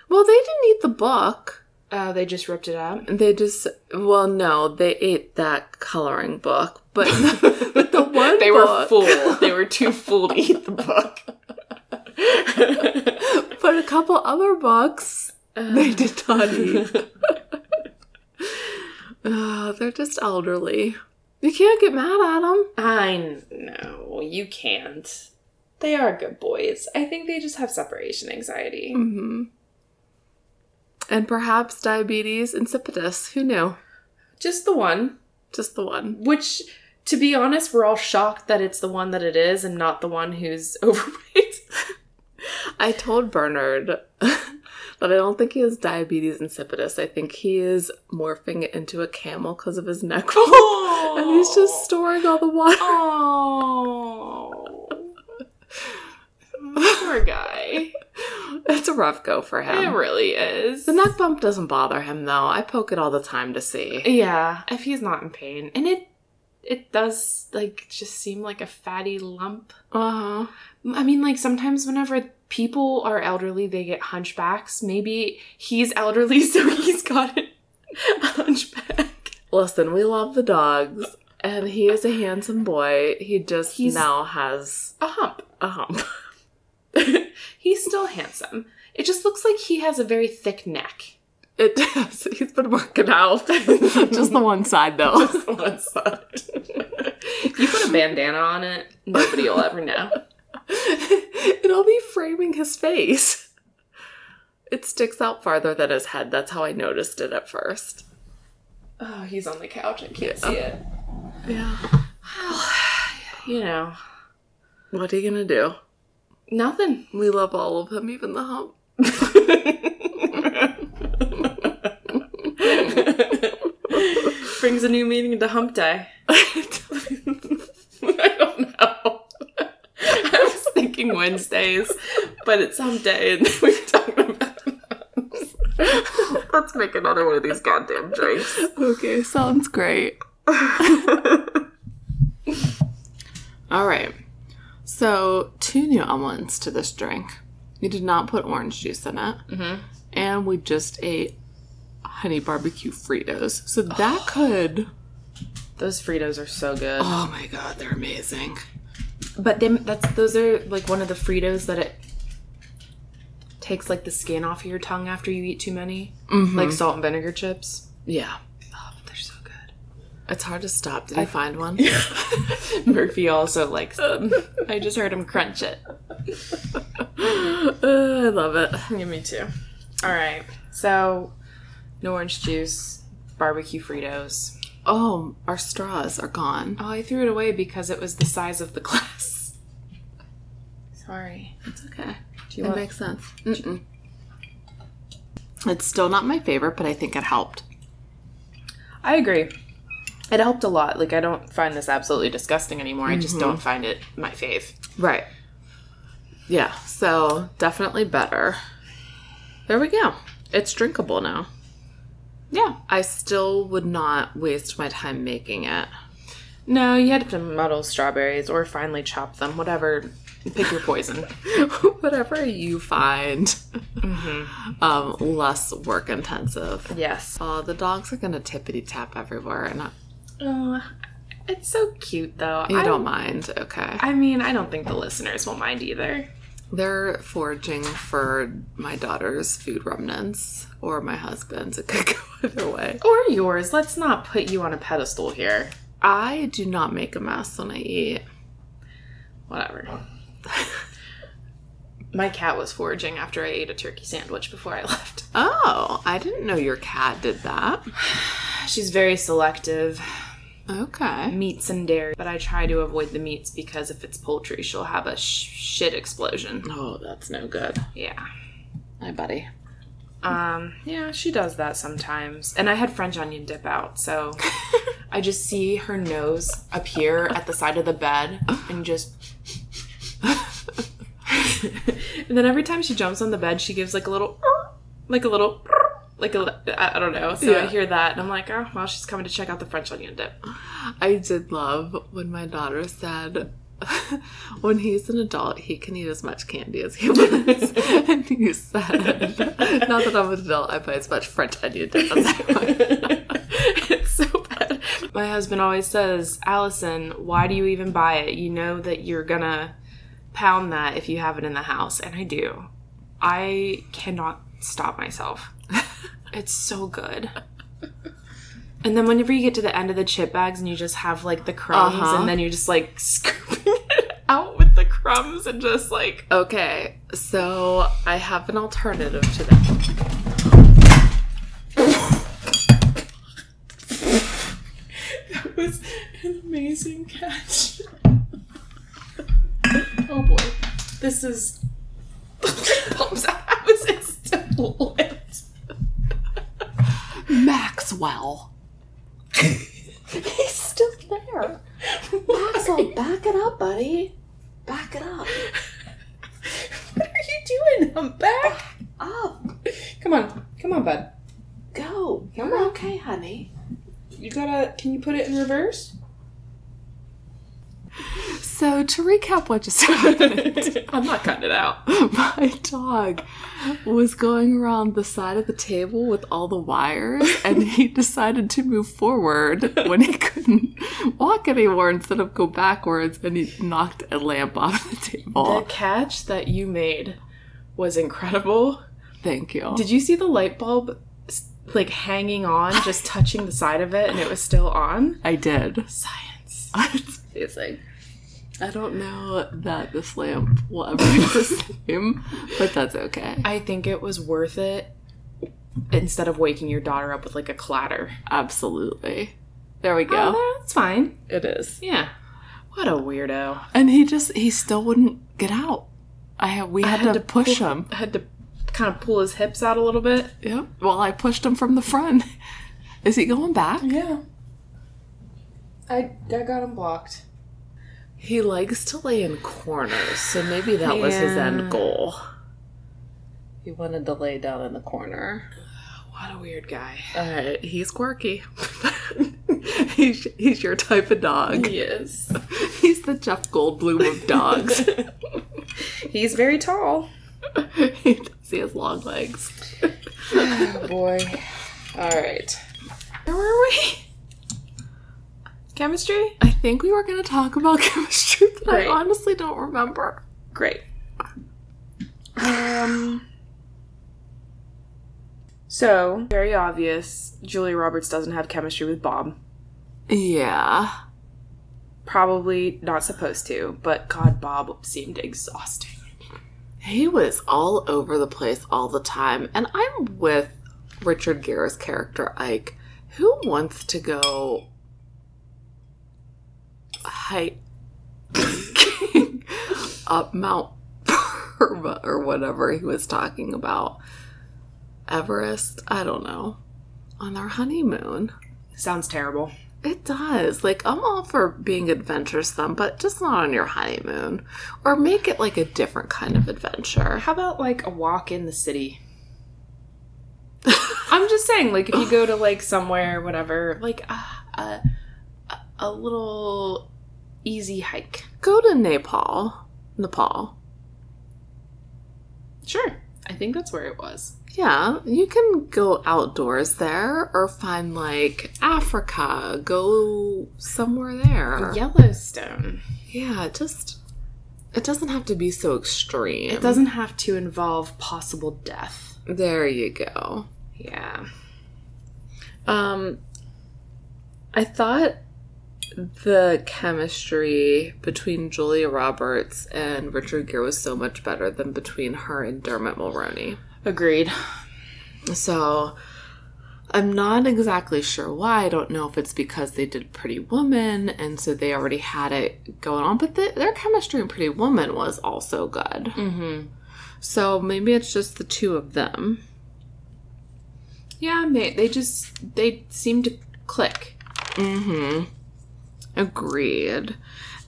Well, they didn't eat the book. Uh, they just ripped it up. They just well, no, they ate that coloring book, but [LAUGHS] but [LAUGHS] the one They were book, full. They were too full to eat the book. But a couple other books they did not eat. [SIGHS] oh, they're just elderly. You can't get mad at them. [LAUGHS] I know you can't. They are good boys. I think they just have separation anxiety. hmm And perhaps diabetes insipidus. Who knew? Just the one, Just the one. which, to be honest, we're all shocked that it's the one that it is and not the one who's [LAUGHS] overweight. I told Bernard [LAUGHS] that I don't think he has diabetes insipidus. I think he is morphing it into a camel because of his neck roll. [LAUGHS] And he's just storing all the water. [LAUGHS] Oh. Poor guy. It's a rough go for It him. really is. the neck bump doesn't bother him though. I poke it all the time to see. Yeah, if he's not in pain. And it it does like just seem like a fatty lump. Uh huh. I mean like sometimes whenever people are elderly they get hunchbacks. Maybe he's elderly [LAUGHS] so he's got a hunchback. Listen, we love the dogs, and he is a handsome boy. He just He's- now has A hump. a hump. He's still handsome. It just looks like he has a very thick [LAUGHS] neck. It does. [LAUGHS] He's been working out. [LAUGHS] just the one side though. one side. [LAUGHS] you put a bandana on it, nobody will ever know. It'll be framing his face. It sticks out farther than his head. That's how I noticed it at first. [LAUGHS] Oh, he's on the couch. I can't see it. Yeah. You know, What are you gonna do? nothing. We love all of him, even the hump. [LAUGHS] Brings a new meaning to hump day. [LAUGHS] I don't know. I was thinking Wednesdays, but it's hump day, and [LAUGHS] we were talking about. Let's make another one of these goddamn drinks. Okay, sounds great. all right. So, two new elements to this drink. We did not put orange juice in it. Mhm. And we just ate honey barbecue Fritos. So, that could. Those Fritos are so good. Oh my god, they're amazing. But them that's those are like one of the Fritos that it takes like the skin off of your tongue after you eat too many, like salt and vinegar chips. Yeah. Oh, they're so good. It's hard to stop. Did I find [LAUGHS] one? [LAUGHS] Murphy also likes them. I just heard him crunch it. Uh, I love it. Yeah, me too. All right, so no orange juice, barbecue Fritos. Oh, our straws are gone. Oh, I threw it away because it was the size of the glass. Sorry. It's okay. Do you it want? makes sense. Mm-mm. It's still not my favorite, but I think it helped. I agree. It helped a lot. Like I don't find this absolutely disgusting anymore. I just don't find it my fave. Right. Yeah, so definitely better. There we go. It's drinkable now. Yeah. I still would not waste my time making it. No, you had to muddle strawberries or finely chop them, whatever. Pick your poison. [LAUGHS] Whatever you find um, less work intensive. yes. Oh, the dogs are gonna tippity tap everywhere, and I, Oh, it's so cute though. you I don't mind. Okay, I mean, I don't think the listeners will mind either. they're foraging for my daughter's food remnants or my husband's. It could [LAUGHS] go either way. Or yours. Let's not put you on a pedestal here. I do not make a mess when I eat. Whatever. My cat was foraging after I ate a turkey sandwich before I [LAUGHS] left. Oh, I didn't know your cat did that. She's very selective. Okay. meats and dairy, but I try to avoid the meats because if it's poultry, she'll have a sh- shit explosion. Oh, that's no good. Yeah. Hi, buddy. [LAUGHS] Um, yeah, she does that sometimes. And I had French onion dip out, so I just see her nose appear at the side of the bed and just. and [LAUGHS] then every time she jumps on the bed, she gives like a little, like a little, like a, li- I I don't know. So I Yeah. hear that and I'm like, oh, well, she's coming to check out the French onion dip. [LAUGHS] I did love when my daughter said, [LAUGHS] when he's an adult, he can eat as much candy as he [LAUGHS] wants. and you said, [LAUGHS] not that I'm an adult, I buy as much French onion dip as I want. [LAUGHS] it's so bad. My husband always says, Allison, why do you even buy it? You know that you're gonna pound that if you have it in the house. And I do. I cannot stop myself. it's so good. And then whenever you get to the end of the chip bags and you just have like the crumbs Uh-huh. and then you're just like [LAUGHS] scooping it out with the crumbs and just like Okay, so I have an alternative to that. That was an amazing catch. oh boy. This is. [LAUGHS] Pops out. How is it still lit? Maxwell. He's still there. Maxwell, back it up, buddy. Back it up. What are you doing? I'm back. Up. Come on. Come on, bud. Go. Come You're on. okay, honey. You gotta. Can you put it in reverse? So to recap what just [LAUGHS] happened, [LAUGHS] I'm not cutting it out. my dog was going around the side of the table with all the wires and he [LAUGHS] decided to move forward when he couldn't walk anymore instead of go backwards and he knocked a lamp off the The table. catch that you made was incredible. Thank you. Did you see the light bulb s- like hanging on, [LAUGHS] just touching the side of it, and it was still on? I did. [LAUGHS] Science. amazing. I don't know that this lamp will ever be [LAUGHS] the same, but that's okay. I think it was worth it instead of waking your daughter up with like a clatter. Absolutely. There we Yeah. go. that's fine. Oh, it is. Yeah. What a weirdo. And he just he still wouldn't get out. I had we had, had to, to push [LAUGHS] him. I had to kind of pull his hips out a little bit. Yep. Well, I pushed him from the front. [LAUGHS] Is he going back? Yeah. I, I got him blocked. He likes to lay in corners, so maybe that was his Yeah. end goal. He wanted to lay down in the corner. What a weird guy. All right, he's quirky. [LAUGHS] he's he's your type of dog. He is. He's the Jeff Goldblum of [LAUGHS] dogs. [LAUGHS] He's very tall. [LAUGHS] he does. He has long legs. Oh boy. All right. Where were we? Chemistry? I think we were going to talk about [LAUGHS] chemistry, but I Right. honestly don't remember. Great. Um. So, very obvious, Julia Roberts doesn't have chemistry with Bob. Yeah. Probably not supposed to, but God, Bob seemed exhausting. He was all over the place all the time. And I'm with Richard Gere's character, Ike, who wants to go hiking [LAUGHS] up Mount Burma or whatever he was talking about. Everest, I don't know. On their honeymoon. Sounds terrible. It does. Like, I'm all for being adventuresome, but just not on your honeymoon. Or make it like a different kind of adventure. [LAUGHS] How about like a walk in the city? I'm just saying, like if you go to like somewhere, whatever, like a a, a little easy hike. Go to Nepal. Nepal. Sure, I think that's where it was. Yeah, you can go outdoors there or find like Africa. Go somewhere there. Yellowstone. Yeah, just it doesn't have to be so extreme. It doesn't have to involve possible death. There you go. Yeah. Um I thought the chemistry between Julia Roberts and Richard Gere was so much better than between her and Dermot Mulroney. Agreed. So I'm not exactly sure why. I don't know if it's because they did Pretty Woman and so they already had it going on, but the, their chemistry in Pretty Woman was also good. Mm-hmm. So maybe it's just the two of them. Yeah, they, they just they seem to click. Mm-hmm. Agreed.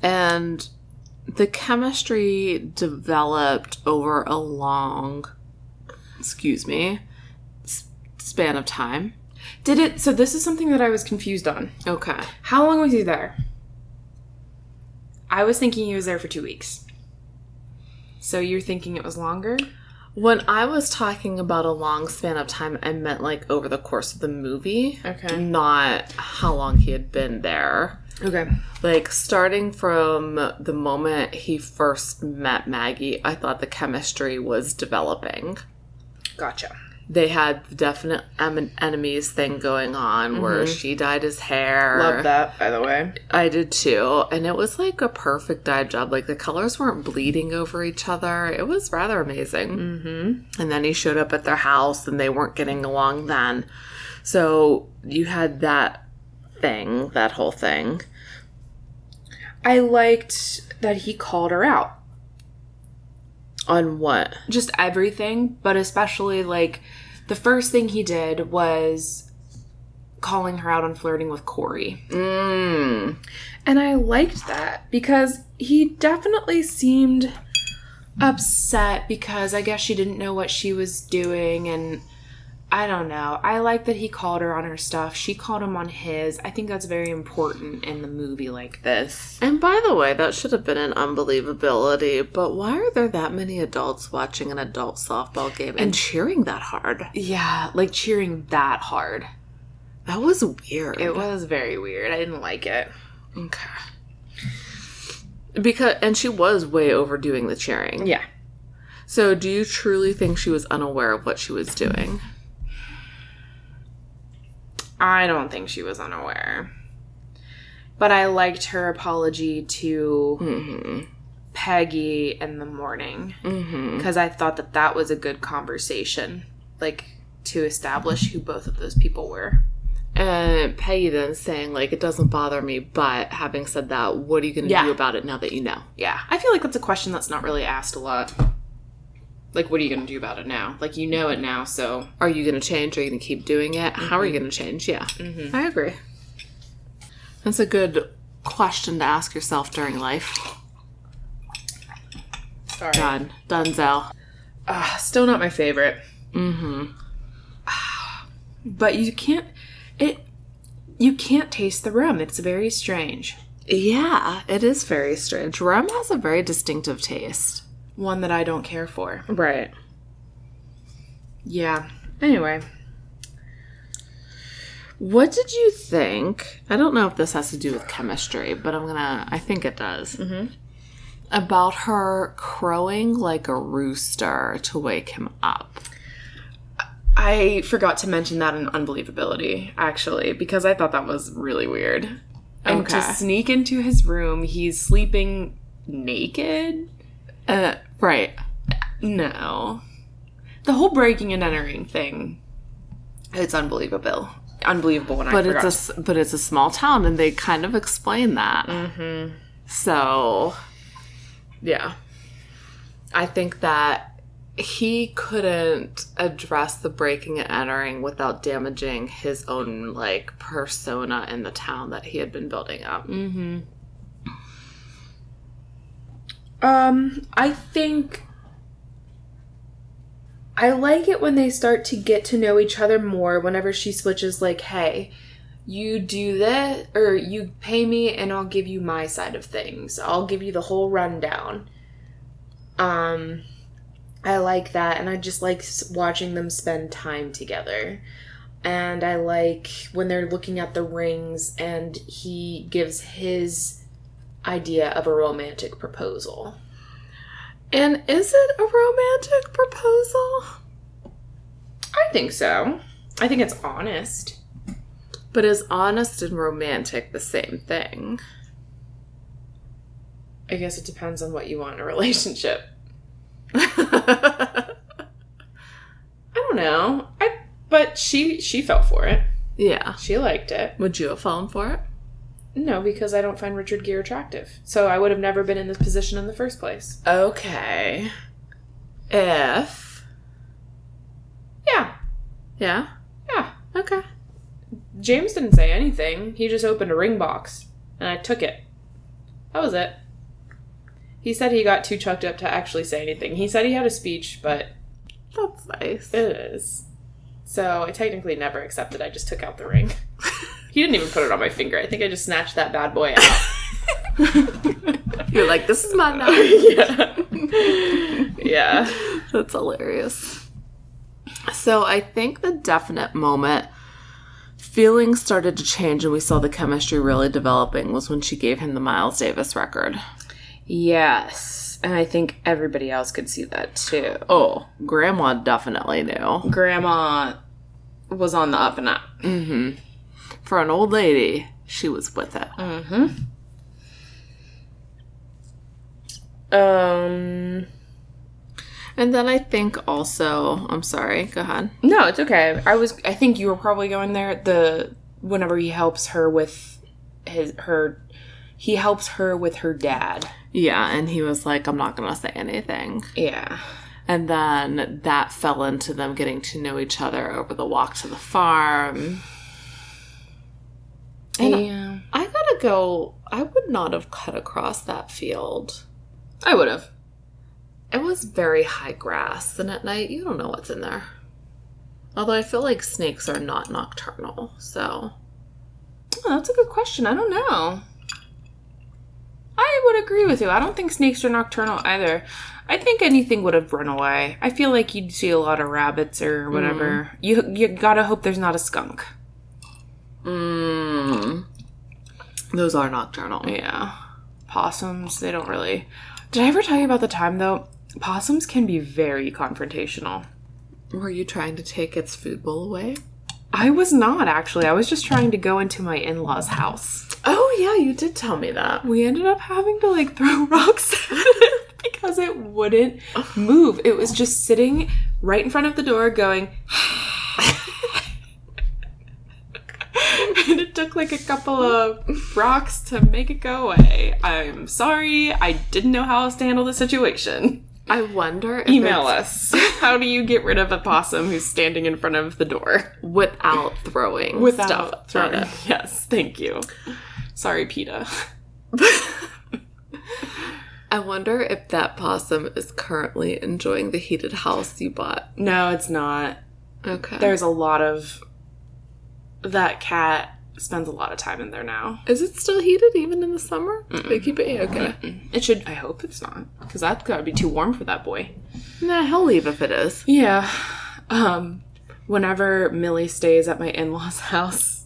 And the chemistry developed over a long, excuse me, s- span of time. Did it? So this is something that I was confused on. Okay. How long was he there? I was thinking he was there for two weeks. So you're thinking it was longer? When I was talking about a long span of time, I meant like over the course of the movie, Okay. not how long he had been there. Okay. Like starting from the moment he first met Maggie, I thought the chemistry was developing. Gotcha. They had the definite em- enemies thing going on where she dyed his hair. Mm-hmm. Love that, by the way. I did too. And it was like a perfect dye job. Like the colors weren't bleeding over each other. It was rather amazing. Mm-hmm. And then he showed up at their house and they weren't getting along then. So you had that thing, that whole thing. I liked that he called her out. On what? Just everything, but especially like the first thing he did was calling her out on flirting with Corey. Mm. And I liked that because he definitely seemed upset because I guess she didn't know what she was doing and I don't know. I like that he called her on her stuff. She called him on his. I think that's very important in the movie like this. And by the way, that should have been an unbelievability, but why are there that many adults watching an adult softball game and cheering that hard? Yeah, like cheering that hard. That was weird. It was very weird. I didn't like it. Okay. Because and she was way overdoing the cheering. Yeah. So do you truly think she was unaware of what she was doing? I don't think she was unaware. But I liked her apology to Mm-hmm. Peggy in the morning Mm-hmm. because I thought that that was a good conversation, like to establish who both of those people were. And Peggy then saying, like, it doesn't bother me, but having said that, what are you gonna Yeah. do about it now that you know? Yeah, I feel like that's a question that's not really asked a lot. Like, what are you going to do about it now? Like, you know it now, so. Are you gonna change? Are you gonna keep doing it? How are you gonna change? Yeah. Mhm. I agree. That's a good question to ask yourself during life. Sorry. Done. Dunzo. Ugh, Ah, still not my favorite. Mm-hmm. [SIGHS] But you can't. It. You can't taste the rum. It's very strange. Yeah, it is very strange. Rum has a very distinctive taste. One that I don't care for. Right. Yeah. Anyway. What did you think? I don't know if this has to do with chemistry, but I'm gonna, I think it does. Mhm. About her crowing like a rooster to wake him up. I forgot to mention that in unbelievability, actually, because I thought that was really weird. And to Okay. sneak into his room, he's sleeping naked? Uh, right. No. The whole breaking and entering thing. It's unbelievable. Unbelievable when I But forgot. it's a s- but it's a small town, and they kind of explain that. Mm-hmm. So yeah. I think that he couldn't address the breaking and entering without damaging his own like persona in the town that he had been building up. Mm-hmm. Um, I think I like it when they start to get to know each other more whenever she switches like, hey, you do that or you pay me and I'll give you my side of things. I'll give you the whole rundown. Um I like that and I just like s- watching them spend time together and I like when they're looking at the rings and he gives his idea of a romantic proposal. And is it a romantic proposal? I think so. I think it's honest. But is honest and romantic the same thing? [LAUGHS] I guess it depends on what you want in a [LAUGHS] relationship. I don't know. I But she she fell for it. Yeah. She liked it. Would you have fallen for it? No, because I don't find Richard Gere attractive. So I would have never been in this position in the first place. Okay. If. Yeah. Yeah. Yeah. Okay. James didn't say anything. He just opened a ring box and I took it. That was it. He said he got too chucked up to actually say anything. He said he had a speech, but That's nice. it is. So I technically never accepted. I just took out the ring. [LAUGHS] he didn't even put it on my finger. I think I just snatched that bad boy out. [LAUGHS] You're like, this is [LAUGHS] mine now. [LAUGHS] yeah. yeah. That's hilarious. So I think the definite moment feelings started to change and we saw the chemistry really developing was when she gave him the Miles Davis record. [LAUGHS] Yes. And I think everybody else could see that too. Oh, Grandma definitely knew. Grandma was on the up and up. For an old lady, she was with it. Mm-hmm. Um And then I think also, I'm sorry, go ahead. No, it's okay. I was I think you were probably going there the whenever he helps her with his her he helps her with her dad. Yeah, and he was like, I'm not going to say anything. Yeah. And then that fell into them getting to know each other over the walk to the farm. And yeah. I gotta go, I would not have cut across that field. I would have. It was very high grass, and at night, you don't know what's in there. Although I feel like snakes are not nocturnal, so. Oh, that's a good question. I don't know. I would agree with you. I don't think snakes are nocturnal either. I think anything would have run away. I feel like you'd see a lot of rabbits or whatever. Mm-hmm. You you gotta hope there's not a skunk. Mmm. Those are nocturnal. Yeah. Possums, they don't really. Did I ever tell you about the time though? Possums can be very confrontational. Were you trying to take its food bowl away? I was not actually. I was just trying to go into my in law's house. Oh, yeah, you did tell me that. We ended up having to like [LAUGHS] throw rocks at it because it wouldn't move. It was just sitting right in front of the door going. and it took like a couple of rocks to make it go away. I'm sorry. I didn't know how else to handle the situation. I wonder if Email it's us. How do you get rid of a possum who's standing in front of the door [LAUGHS] without throwing stuff without at throwing? it. [LAUGHS] Yes, thank you. Sorry, PETA. I wonder if that possum is currently enjoying the heated house you bought. No, it's not. Okay. There's a lot of that cat spends a lot of time in there now. is it still heated even in the summer? They keep it okay. It should. I hope it's not because that's gotta be too warm for that boy. Nah, he'll leave if it is. [LAUGHS] Yeah. Um, whenever Millie stays at my in law's [LAUGHS] house,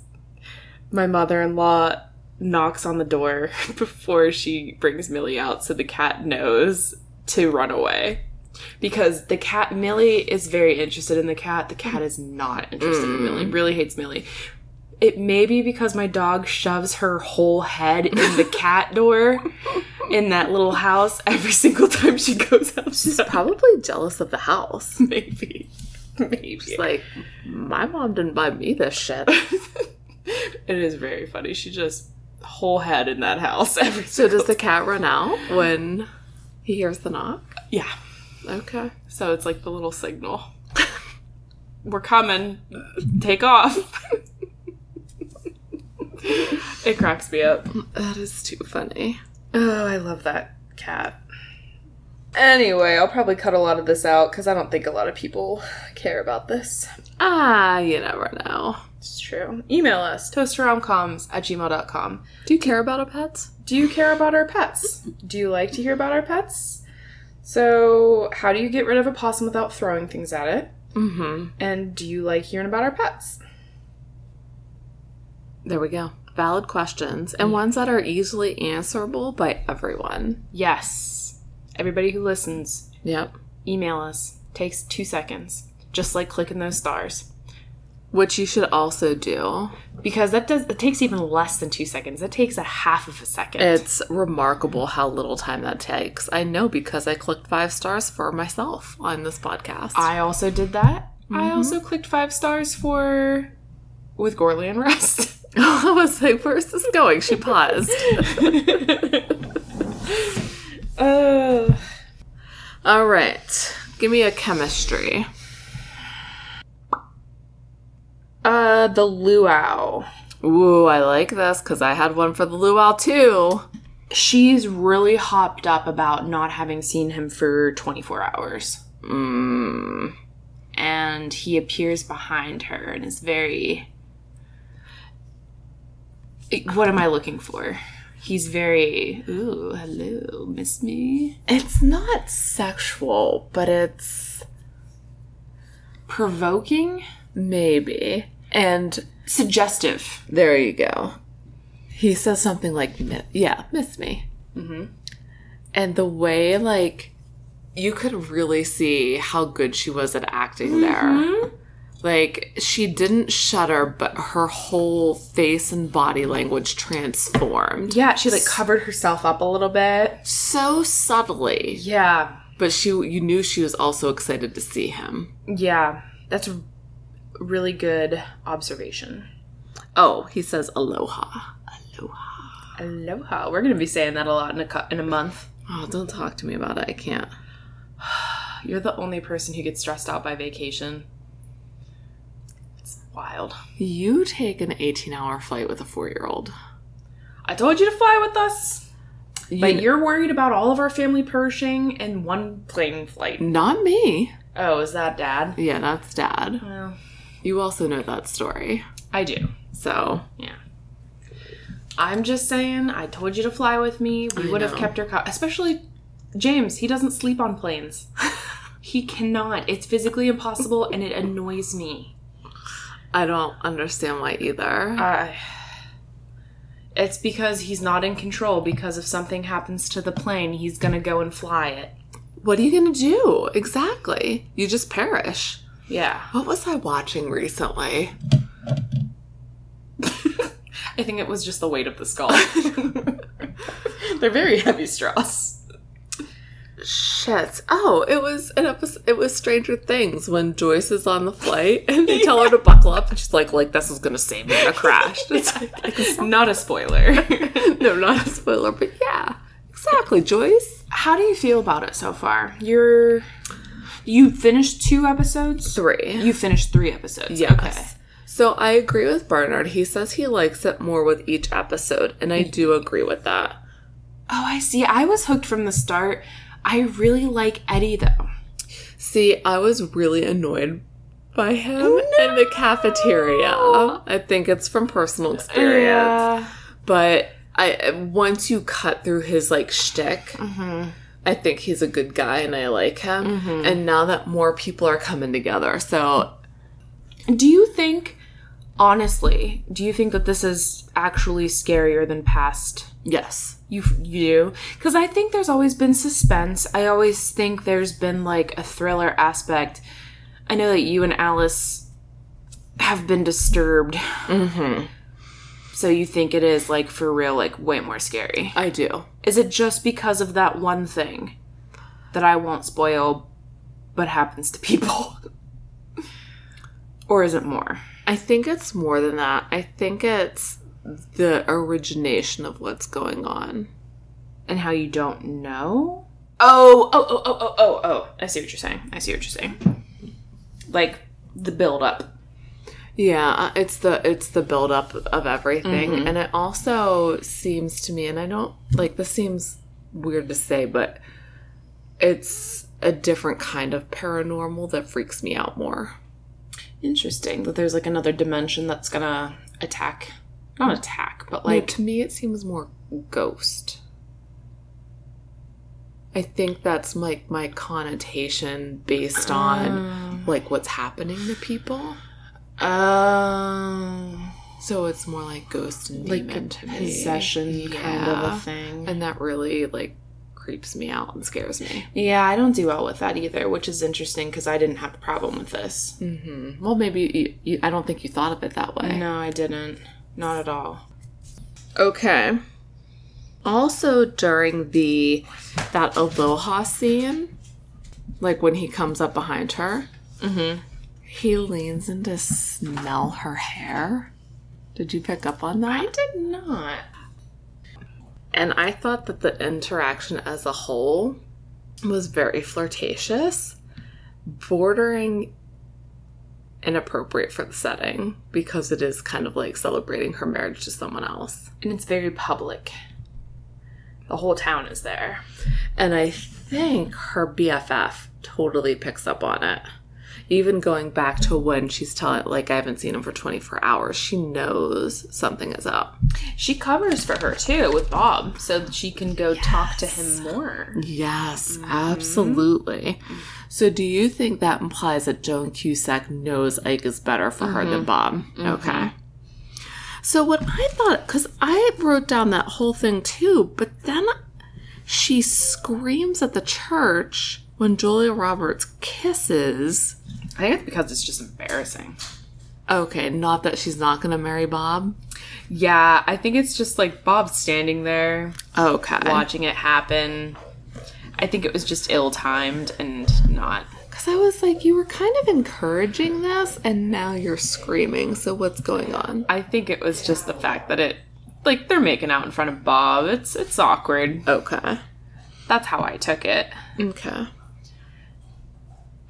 my mother in law knocks on the door [LAUGHS] before she brings Millie out so the cat knows to run away. Because the cat, Millie is very interested in the cat. The cat is not interested in Millie, really hates Millie. It may be because my dog shoves her whole head in the cat door in that little house every single time she goes out. She's probably jealous of the house. [LAUGHS] Maybe. Maybe. She's like, my mom didn't buy me this [LAUGHS] shit. it is very funny. She just whole head in that house [LAUGHS] every So does the cat run out when he hears the knock? Yeah. Okay. So it's like the little signal. [LAUGHS] We're coming. Take off. [LAUGHS] it cracks me up. That is too funny. Oh, I love that cat. Anyway, I'll probably cut a lot of this out because I don't think a lot of people care about this. Ah, you never know. It's true. Email us, toasteromcoms at gmail.com. Do you care about a pet? Do you care about our pets? Do you like to hear about our pets? So, how do you get rid of a possum without throwing things at it? Mm-hmm. And do you like hearing about our pets? There we go. Valid questions and ones that are easily answerable by everyone. Yes. Everybody who listens, Yep. email us. Takes two seconds, just like clicking those stars. Which you should also do. Because that does it takes even less than two seconds. It takes a half of a second. It's remarkable how little time that takes. I know because I clicked five stars for myself on this podcast. I also did that. I also clicked five stars for with Gorley and Rust. [LAUGHS] [LAUGHS] I was like, where's this going? She [LAUGHS] paused. Oh. All right. Give me a chemistry. Uh, the luau. Ooh, I like this because I had one for the luau too. She's really hopped up about not having seen him for 24 hours. Mm. And he appears behind her and is very. What am I looking for? He's very, ooh, hello, miss me? It's not sexual, but it's Provoking? maybe. And Suggestive. there you go. He says something like, "Mi- yeah, miss me. Mm-hmm. And the way, like, you could really see how good she was at acting there. Like she didn't shudder, but her whole face and body language transformed Yeah, she like covered herself up a little bit. so subtly. Yeah, But she, you knew she was also excited to see him. yeah. That's a really good observation. Oh, he says aloha. Aloha. We're going to be saying that a lot in a, cou- in a month. Oh, don't talk to me about it. I can't. You're the only person who gets stressed out by vacation. It's wild. You take an 18-hour flight with a four-year-old. I told you to fly with us, but You- you're worried about all of our family perishing in one plane flight. not me. Oh, is that dad? Yeah, that's dad. Well, You also know that story. I do. So Yeah. I'm just saying, I told you to fly with me. We I would have know. kept her, co- especially James. He doesn't sleep on planes. [LAUGHS] he cannot. It's physically impossible, and it annoys me. I don't understand why either. Uh, it's because he's not in control. Because if something happens to the plane, he's gonna go and fly it. what are you gonna do? Exactly. You just perish. Yeah. What was I watching recently? I think it was just the weight of the [LAUGHS] skull. They're very heavy [LAUGHS] straws. Shit. Oh, it was an episode. It was Stranger Things when Joyce is on the flight [LAUGHS] and they tell her to buckle up, and she's like, "Like this is gonna save me in a crash." It's like, [LAUGHS] like, Not a spoiler. no, not a spoiler, but yeah, exactly, Joyce. How do you feel about it so far? [LAUGHS] You're you finished two episodes? Three. You finished three episodes. Yes. Okay. So I agree with Barnard. He says he likes it more with each episode, and I do agree with that. Oh, I see. I was hooked from the start. I really like Eddie though. See, I was really annoyed by him in the cafeteria. I think it's from personal experience. But I once you cut through his like shtick, I think he's a good guy and I like him. And now that more people are coming together, so Do you think honestly, do you think that this is actually scarier than past yes, you you do because i think there's always been suspense i always think there's been like a thriller aspect i know that you and alice have been disturbed mm-hmm. so you think it is like for real like way more scary I do. is it just because of that one thing that i won't spoil but happens to people [LAUGHS] or is it more I think it's more than that. I think it's the origination of what's going on. and how you don't know. Oh, oh, oh, oh, oh, oh, oh. I see what you're saying. I see what you're saying. Like the build up. Yeah, uh, it's the it's the buildup of everything, and it also seems to me, and I don't like this seems weird to say, but it's a different kind of paranormal that freaks me out more. Interesting that there's like another dimension that's gonna attack. Not attack, but Like like to me, it seems more ghost. I think that's like my connotation based Ah. on like what's happening to people. um, So it's more like ghost and like demon a to me. possession kind of Yeah. a thing. and that really like creeps me out and scares me. yeah, I don't do well with that either, which is interesting because I didn't have a problem with this. Mm-hmm. Well, maybe you, you, I don't think you thought of it that way. No, I didn't. Not at all. Okay. Also, during the that aloha scene, like when he comes up behind her, Mhm. He leans in to smell her hair. Did you pick up on that? did not. And I thought that the interaction as a whole was very flirtatious, bordering inappropriate for the setting because it is kind of like celebrating her marriage to someone else. And it's very public. The whole town is there. And I think her BFF totally picks up on it. Even going back to when she's telling, like, I haven't seen him for 24 hours, she knows something is up. She covers for her too with Bob so that she can go talk to him more. Yes, absolutely. So, do you think that implies that Joan Cusack knows Ike is better for her than Bob? Okay. So, what I thought, because I wrote down that whole thing too, but then she screams at the church when Julia Roberts kisses. I think it's because it's just embarrassing. Okay, not that she's not going to marry Bob. Yeah, I think it's just like Bob standing there Okay. watching it happen. I think it was just ill timed and not. Because I was like, you were kind of encouraging this, and now you're screaming. So, what's going on? I think it was just the fact that it like they're making out in front of Bob. It's it's awkward. Okay. That's how I took it. Okay.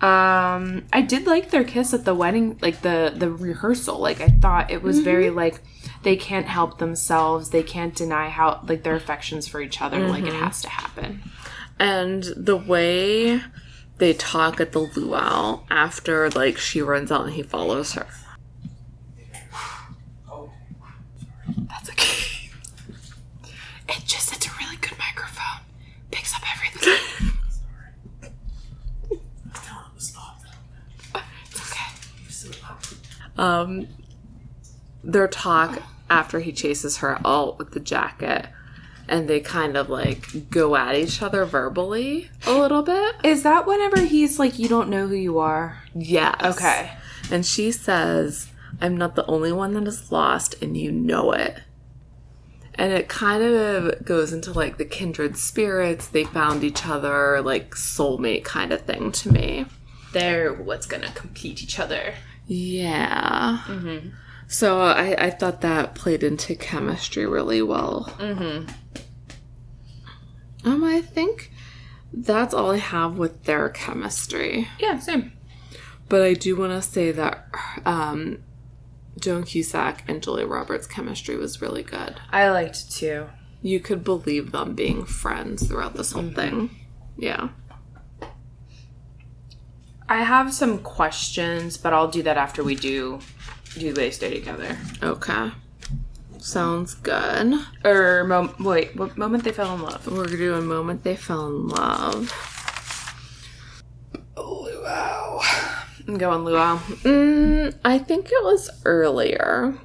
Um I did like their kiss at the wedding, like the the rehearsal. Like I thought it was very like they can't help themselves. They can't deny how like their affections for each other. Like it has to happen. And the way they talk at the luau after, like, she runs out and he follows her. That's okay. [LAUGHS] It just, it's a really good microphone. Picks up everything. [LAUGHS] It's okay. Um, their talk after he chases her out with the jacket, and they kind of like go at each other verbally a little bit. Is that whenever he's like, you don't know who you are? Yes. Okay. And she says, I'm not the only one that is lost, and you know it. And it kind of goes into like the kindred spirits, they found each other, like soulmate kind of thing to me. They're what's gonna complete each other. Yeah. Mm-hmm. So I, I thought that played into chemistry really well. Mm-hmm. Um, I think that's all I have with their chemistry. Yeah, same. But I do want to say that um, Joan Cusack and Julia Roberts' chemistry was really good. I liked it too. You could believe them being friends throughout this whole thing. Yeah. I have some questions, but I'll do that after we do do they stay together Okay. Sounds good. or mom- wait what moment they fell in love We're gonna do a moment they fell in love. luau i'm going luau Mm, I think it was earlier.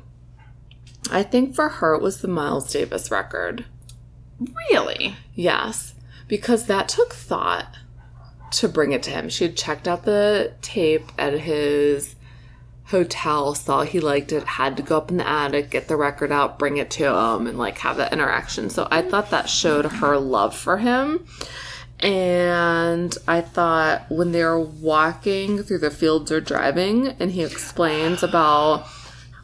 I think for her it was the Miles Davis record. really Yes, because that took thought to bring it to him. She had checked out the tape at his hotel, saw he liked it, had to go up in the attic, get the record out, bring it to him, and like have that interaction. So I thought that showed her love for him. And I thought when they were walking through the fields or driving, and he explains about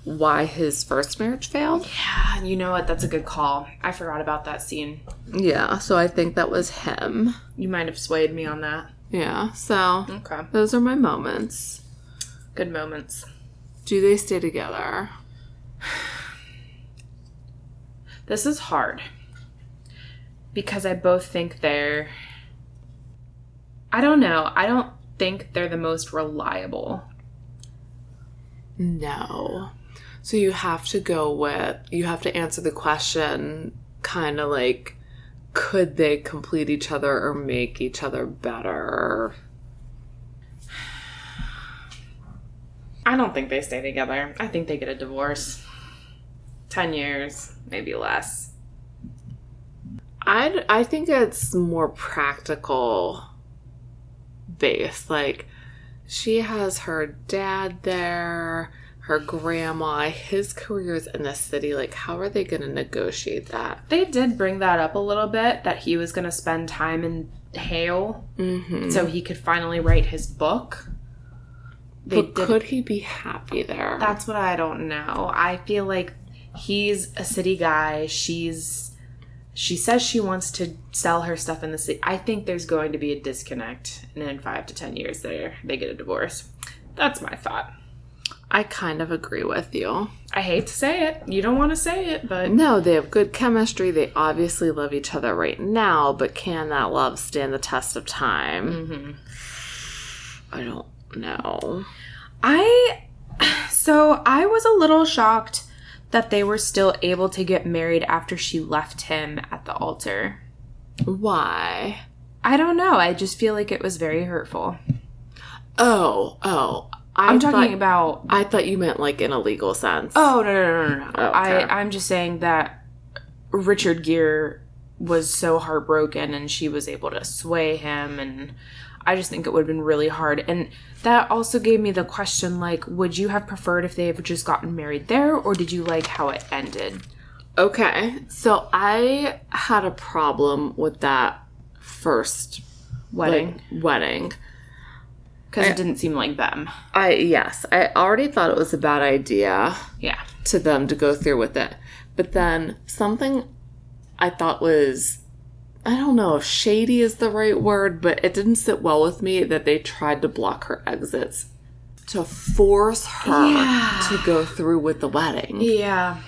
why his first marriage failed. yeah you know what that's a good call i forgot about that scene Yeah, so I think that was him. you might have swayed me on that Yeah, so okay Those are my moments. good moments Do they stay together? This is hard because I both think they're. I don't know. I don't think they're the most reliable. No. So you have to go with, you have to answer the question kind of like, could they complete each other or make each other better? [SIGHS] I don't think they stay together. I think they get a divorce. 10 years, maybe less. I, I think it's more practical based. Like, she has her dad there, her grandma, his career's in the city. Like, how are they going to negotiate that? They did bring that up a little bit that he was going to spend time in Hale Mm-hmm. so he could finally write his book. they but did could he be happy there? That's what I don't know. I feel like he's a city guy. She's she says she wants to sell her stuff in the city. I think there's going to be a disconnect, and in five to ten years, they they get a divorce. That's my thought. I kind of agree with you. I hate to say it. You don't want to say it, but No, they have good chemistry. They obviously love each other right now, but can that love stand the test of time? I don't know. I [SIGHS] so I was a little shocked that they were still able to get married after she left him at the altar. Why? I don't know. I just feel like it was very hurtful. Oh, oh. I I'm talking thought, about I thought you meant like in a legal sense. Oh no no no no! no. okay. I I'm just saying that Richard Gere was so heartbroken, and she was able to sway him, and I just think it would have been really hard. And that also gave me the question: like, would you have preferred if they have just gotten married there, or did you like how it ended? Okay. So I had a problem with that first Wedding like, wedding. because it didn't seem like them. I yes, I already thought it was a bad idea. Yeah, to them to go through with it. But then something I thought was I don't know if shady is the right word, but it didn't sit well with me that they tried to block her exits to force her Yeah. to go through with the wedding. yeah,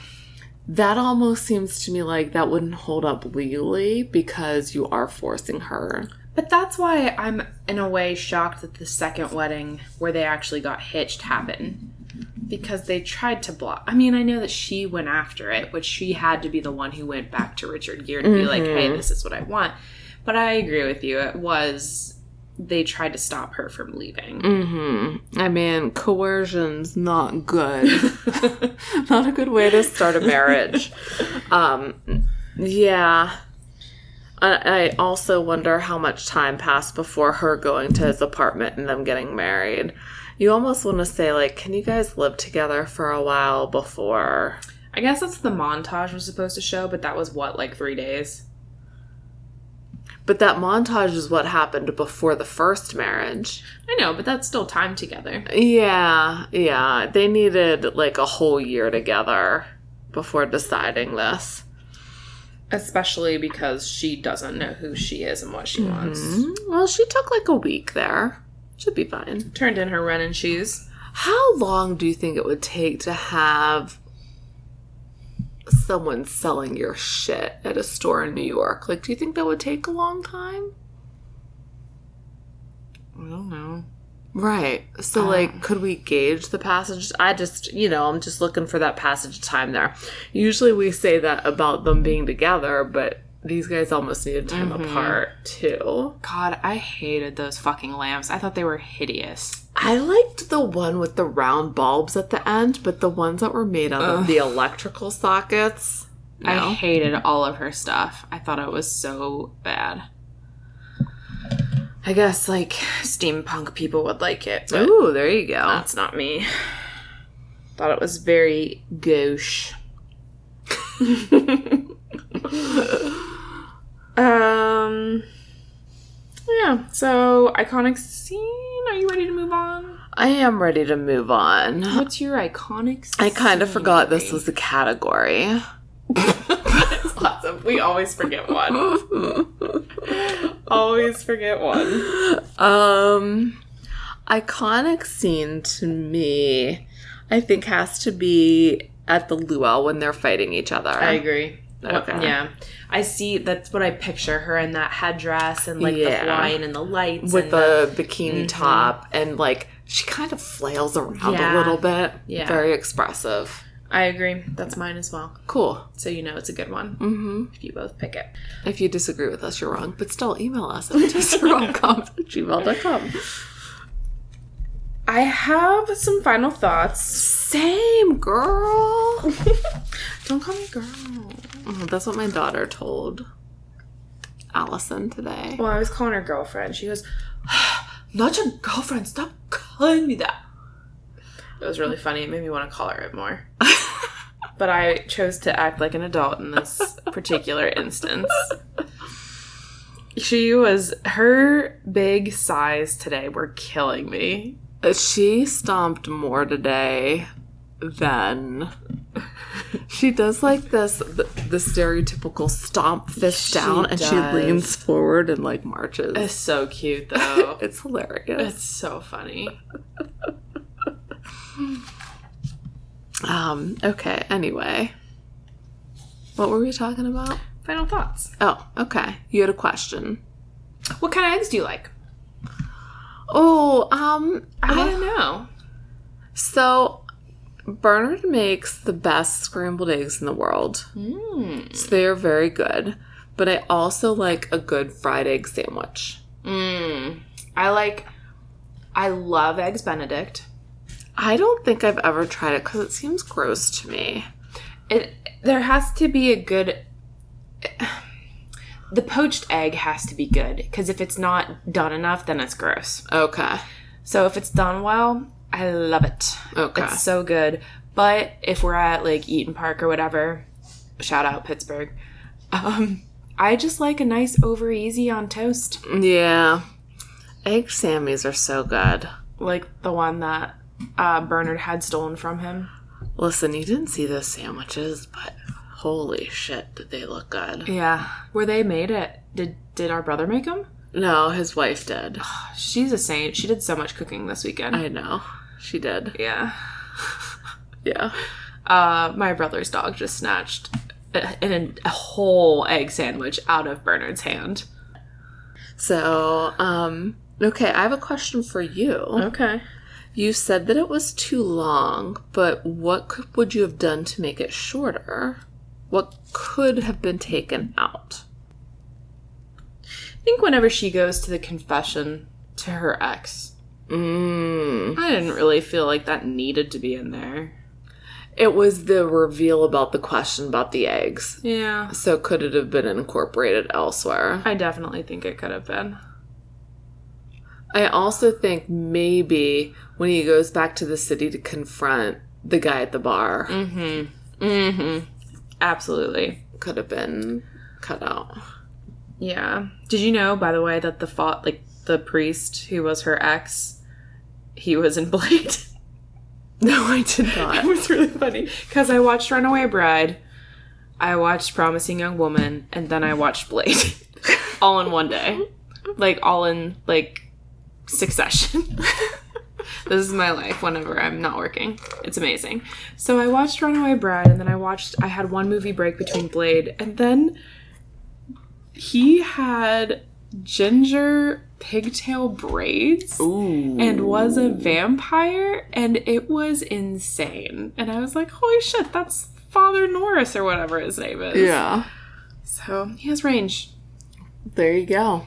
That almost seems to me like that wouldn't hold up legally because you are forcing her. but that's why I'm in a way shocked that the second wedding where they actually got hitched happened. because they tried to block. I mean, I know that she went after it, which she had to be the one who went back to Richard Gere to be like, "Hey, this is what I want." But I agree with you. It was they tried to stop her from leaving. Mm-hmm. I mean, coercion's not [LAUGHS] good. not a good way to start a marriage. um, yeah. I, I also wonder how much time passed before her going to his apartment and them getting married. You almost want to say, like, can you guys live together for a while before? I guess that's what the montage was supposed to show, but that was what like 3 days. But that montage is what happened before the first marriage. I know, but that's still time together. Yeah, yeah. They needed like a whole year together before deciding this. Especially because she doesn't know who she is and what she wants. Mm, Well, she took like a week there. Should be fine. Turned in her running shoes. How long do you think it would take to have someone selling your shit at a store in New York? Like, do you think that would take a long time? I don't know. Uh. Right. So, like, could we gauge the passage? I just, you know, I'm just looking for that passage of time there. Usually we say that about them being together, but these guys almost needed time Mm-hmm. apart, too. God, I hated those fucking lamps. I thought they were hideous. I liked the one with the round bulbs at the end, but the ones that were made out of the electrical sockets. I hated all of her stuff. I thought it was so bad. I guess like steampunk people would like it, but Ooh, there you go. that's not me. Thought it was very gauche. [LAUGHS] um yeah, so iconic scene. Are you ready to move on? I am ready to move on. What's your iconic scene? I kind of forgot this was a category. [LAUGHS] It's awesome. We always forget one. always forget one. Um, iconic scene to me, I think has to be at the luau when they're fighting each other. I agree. Okay. Yeah. I see that's what I picture her in that headdress and like Yeah. the flying and the lights with and the, the bikini top and like she kind of flails around a Yeah. little bit. Yeah. Very expressive. I agree. That's mine as well. Cool. So you know it's a good one Mm-hmm. if you both pick it. If you disagree with us, you're wrong. But still, email us at [LAUGHS] gmail.com. I have some final thoughts. Same girl. Don't call me girl. Oh, that's what my daughter told Allison today. Well, I was calling her girlfriend. She goes, Not your girlfriend. Stop calling me that. It was really funny. It made me want to call her it [LAUGHS] more. But I chose to act like an adult in this particular instance. She was her big size today were killing me. She stomped more today than [LAUGHS] she does like this the, the stereotypical stomp fist She down and she does. leans forward and like marches. It's so cute [LAUGHS] though. [LAUGHS] It's hilarious. it's so funny. Um okay, anyway. What were we talking about? Final thoughts. Oh, okay. You had a question. What kind of eggs do you like? Oh, um I I- want to know. So, Bernard makes the best scrambled eggs in the world. Mm. So they are very good. But I also like a good fried egg sandwich. Mm. I like. I love eggs Benedict. I don't think I've ever tried it because it seems gross to me. It there has to be a good. The poached egg has to be good because if it's not done enough, then it's gross. Okay. So if it's done well, I love it. Oh, Okay. It's so good. But if we're at like Eaton Park or whatever, shout out Pittsburgh. [LAUGHS] Um, I just like a nice over easy on toast, yeah. Egg Sammies are so good. like the one that uh, Bernard had stolen from him. Listen, you didn't see those sandwiches, but holy shit, did they look good. Yeah, where they made it. Did did our brother make them? No, his wife did. She's a saint. She did so much cooking this weekend. I know. She did. yeah. Yeah. Uh, my brother's dog just snatched a, an, a whole egg sandwich out of Bernard's hand. So, um, okay, I have a question for you. Okay. You said that it was too long, but what could, would you have done to make it shorter? What could have been taken out? I think whenever she goes to the confession to her ex, Mm. I didn't really feel like that needed to be in there. It was the reveal about the question about the eggs. Yeah. So, could it have been incorporated elsewhere? I definitely think it could have been. I also think maybe when he goes back to the city to confront the guy at the bar, Mm hmm. Mm hmm. Absolutely. could have been cut out. Yeah. Did you know, by the way, that the fought, like, the priest who was her ex, he was in [LAUGHS] Blade? No, I did not. [LAUGHS] it was really funny because I watched Runaway Bride, I watched Promising Young Woman, and then I watched Blade, [LAUGHS] all in one day, like all in like succession. [LAUGHS] this is my life whenever I'm not working. It's amazing. So I watched Runaway Bride, and then I watched. I had one movie break between Blade, and then he had ginger pigtail braids Ooh. and was a vampire and it was insane and i was like holy shit that's father norris or whatever his name is Yeah. so he has range There you go.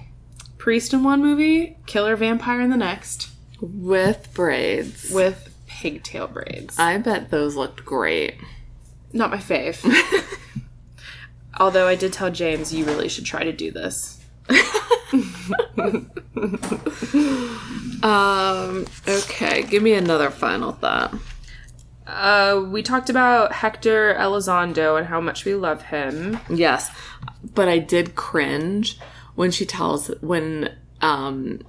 priest in one movie killer vampire in the next With braids. with pigtail braids I bet those looked great. not my [LAUGHS] fave although i did tell james you really should try to do this Um, okay, give me another final thought. uh, we talked about hector elizondo and how much we love him Yes. But I did cringe when she tells when um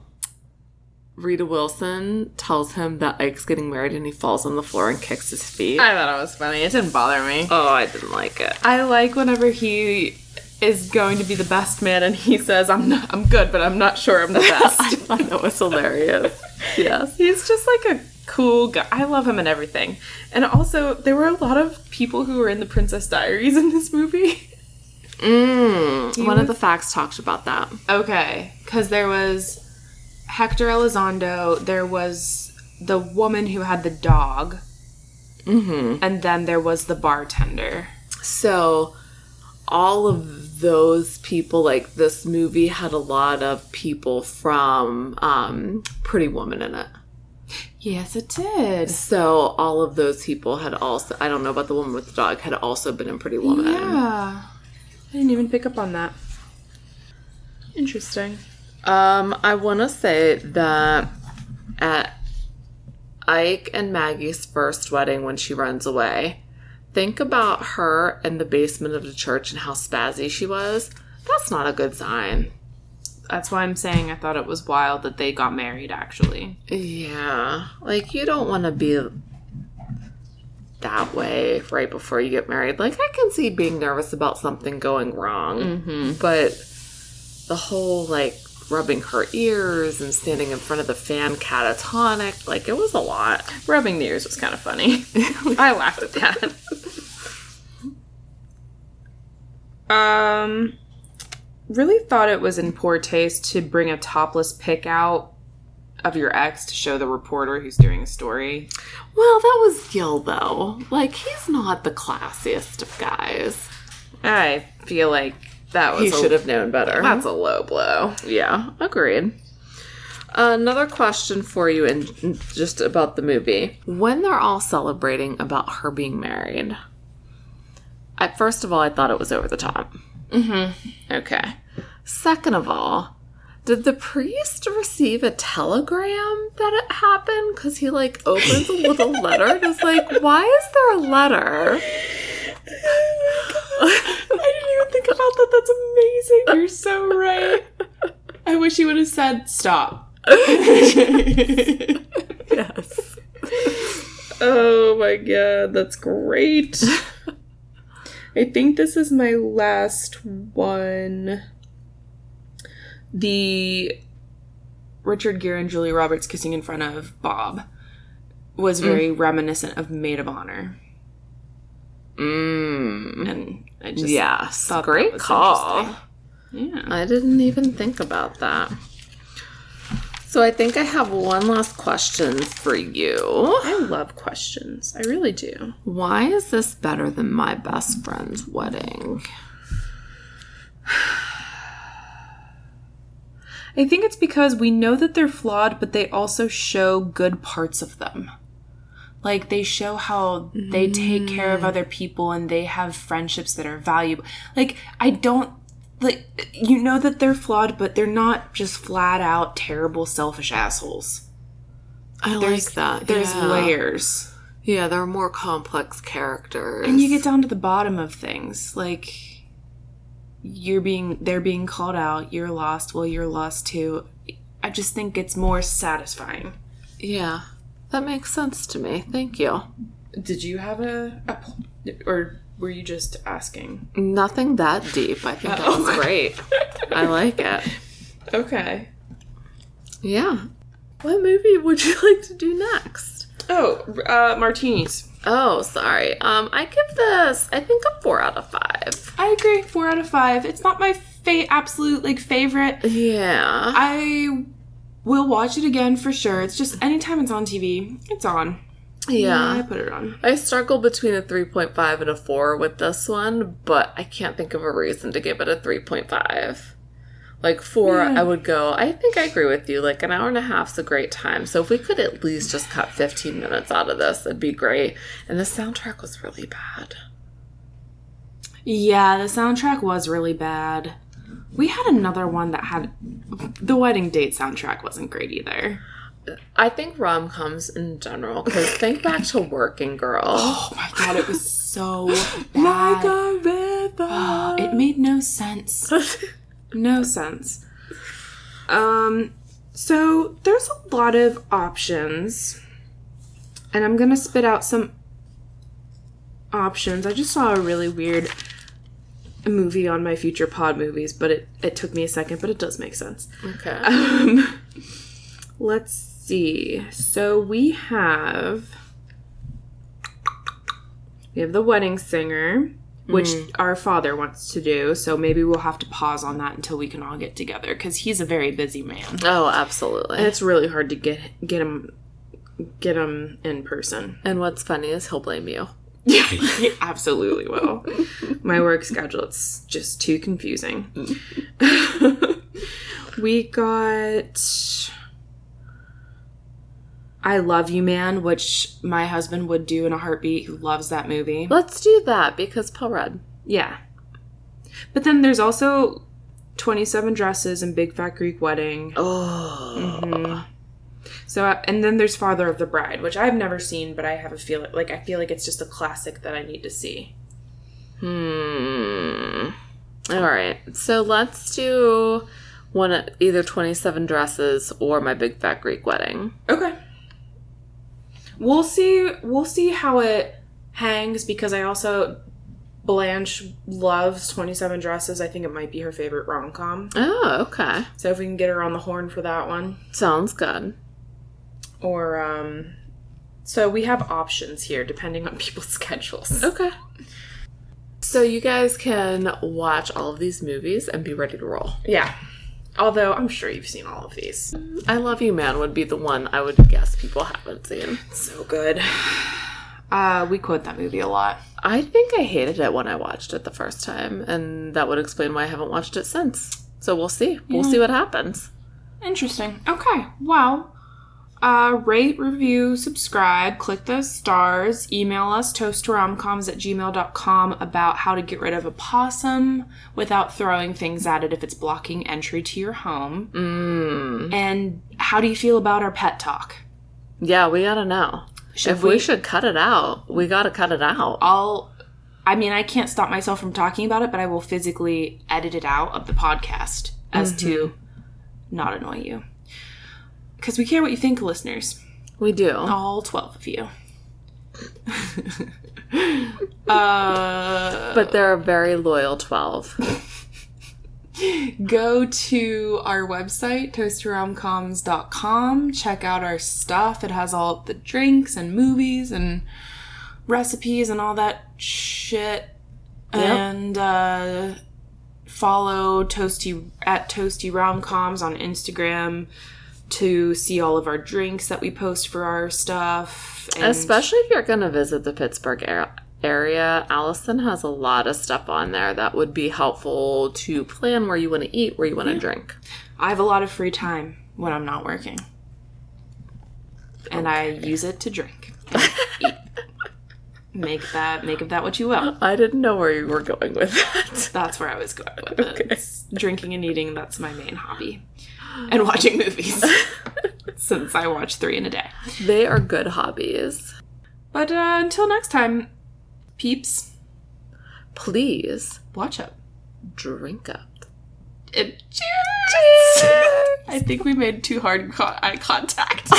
Rita Wilson tells him that Ike's getting married and he falls on the floor and kicks his feet. i thought it was funny it didn't bother me oh, I didn't like [LAUGHS] it. I like whenever he is going to be the best man and he says, I'm not, I'm good, but I'm not sure [LAUGHS] I'm the I best. thought that was hilarious. yes. He's just like a cool guy. I love him and everything. And also, there were a lot of people who were in the Princess Diaries in this movie. Mm, one of the facts talked about that. Okay. Because there was Hector Elizondo, there was the woman who had the dog, mm-hmm. and then there was the bartender. So, all of those people, like this movie, had a lot of people from um, Pretty Woman in it. Yes, it did. So, all of those people had also, I don't know about the woman with the dog, had also been in Pretty Woman. Yeah. I didn't even pick up on that. Interesting. Um, I want to say that at Ike and Maggie's first wedding, when she runs away, think about her in the basement of the church and how spazzy she was. That's not a good sign. That's why I'm saying I thought it was wild that they got married, actually. Yeah. Like, you don't want to be that way right before you get married. Like, I can see being nervous about something going wrong, Mm-hmm. but the whole, like, rubbing her ears and standing in front of the fan catatonic, like, it was a lot. Rubbing the ears was kind of funny. [LAUGHS] I laughed at that. um, really thought it was in poor taste to bring a topless pic out of your ex to show the reporter who's doing a story. Well, that was Gil, though. Like, he's not the classiest of guys. I feel like that was He a- should have known better. That's a low blow. Yeah, agreed. Another question for you, and just about the movie. When they're all celebrating about her being married, I first of all, I thought it was over the top. Mm-hmm. Okay. Second of all, did the priest receive a telegram that it happened? Because he like opens a little letter and is like, "Why is there a [LAUGHS] letter?" Oh I didn't even think about that. That's amazing. You're so [LAUGHS] right. I wish you would have said [LAUGHS] stop. yes. oh my god, that's [LAUGHS] great. I think this is my last one. The Richard Gere and Julie Roberts kissing in front of Bob was very reminiscent of Maid of Honor. Mm. And I just Yes. thought that Great was call. interesting. Yeah. I didn't even think about that. So I think I have one last question for you. I love questions. I really do. Why is this better than my best friend's wedding? I think it's because we know that they're flawed, but they also show good parts of them. Like they show how they take care Mm. of other people and they have friendships that are valuable. Like I don't like you know that they're flawed, but they're not just flat out terrible selfish assholes. I There's like that. There's yeah. layers. Yeah, there are more complex characters. And you get down to the bottom of things. Like you're being they're being called out, you're lost, well you're lost too. I just think it's more satisfying. yeah, that makes sense to me. Thank you. Did you have a, a p- or were you just [LAUGHS] asking? Nothing that deep. I think that was Oh. great. I like [LAUGHS] it. Okay. Yeah. What movie would you like to do next? Oh, uh, martinis. Oh, sorry. Um, I give this, I think, a four out of five. I agree. Four out of five. It's not my fa- absolute like favorite. Yeah. I will watch it again for sure. It's just anytime it's on TV, it's on. I Yeah. put it on. I struggle between a 3.5 and a 4 with this one, but I can't think of a reason to give it a 3.5. Like 4, Yeah. I would go, I think I agree with you. Like an hour and a half's a great time. So if we could at least just cut 15 minutes out of this, it'd be great. And the soundtrack was really bad. Yeah, the soundtrack was really bad. We had another one that had the wedding date soundtrack wasn't great either. I think rom coms in general, because think back to Working [GASPS] Girl. Oh my god, it was so [GASPS] bad. a [GASPS] Ah, river. it made no sense. No sense. Um, so there's a lot of options, and I'm gonna spit out some options. I just saw a really weird movie on my future pod movies, but it, it took me a second, but it does make sense. [LAUGHS] okay. Um, [LAUGHS] let's see. So we have we have the wedding singer, which our father wants to do. So maybe we'll have to pause on that until we can all get together because he's a very busy man, Oh, absolutely. and it's really hard to get get him get him in person. And what's funny is he'll blame you. Yeah, [LAUGHS] he absolutely will. My work schedule, it's just too confusing. [LAUGHS] we got I Love You Man, which my husband would do in a heartbeat, who loves that movie. Let's do that because Paul Rudd. Yeah. But then there's also 27 Dresses and Big Fat Greek Wedding. Oh. Mhm. So uh, and then there's Father of the Bride, which I've never seen, but I have a feel like I feel like it's just a classic that I need to see. Hmm. All right. So let's do one either 27 dresses or my big fat greek wedding Okay. We'll see. We'll see how it hangs because I also Blanche loves Twenty Seven Dresses. I think it might be her favorite rom com. oh okay So if we can get her on the horn for that one, sounds good or um, so we have options here depending on [LAUGHS] people's schedules. okay so you guys can watch all of these movies and be ready to roll Yeah. Although I'm sure you've seen all of these. i love you man would be the one i would guess people haven't seen So good. [SIGHS] Uh, we quote that movie a lot. i think i hated it when i watched it the first time and that would explain why i haven't watched it since so we'll see we'll see what happens Interesting. Okay. Well, uh, rate, review, subscribe, click those stars, email us toasteromcoms at gmail.com about how to get rid of a possum without throwing things at it if it's blocking entry to your home. mm. And how do you feel about our pet talk? yeah we gotta know Should if we, should cut it out we gotta cut it out I'll I mean, I can't stop myself from talking about it, but I will physically edit it out of the podcast as Mm-hmm. to not annoy you. Because we care what you think, listeners. we do all 12 of you. uh, but they're a very loyal 12 go to our website, toasteromcoms.com. Check out our stuff. It has all the drinks and movies and recipes and all that shit. And uh, follow Toasty at Toasty Romcoms on Instagram to see all of our drinks that we post for our stuff. And especially if you're gonna visit the pittsburgh ar- area allison has a lot of stuff on there that would be helpful to plan where you want to eat where you want to drink I have a lot of free time when I'm not working. And I use it to drink. and eat. Make that make of that what you will. i didn't know where you were going with [LAUGHS] that That's where I was going with it. It's Drinking and eating, that's my main hobby. And watching movies. since I watch three in a day. they are good hobbies But uh, until next time, peeps, please watch up. drink up And cheers! I think we made too hard co- eye contact.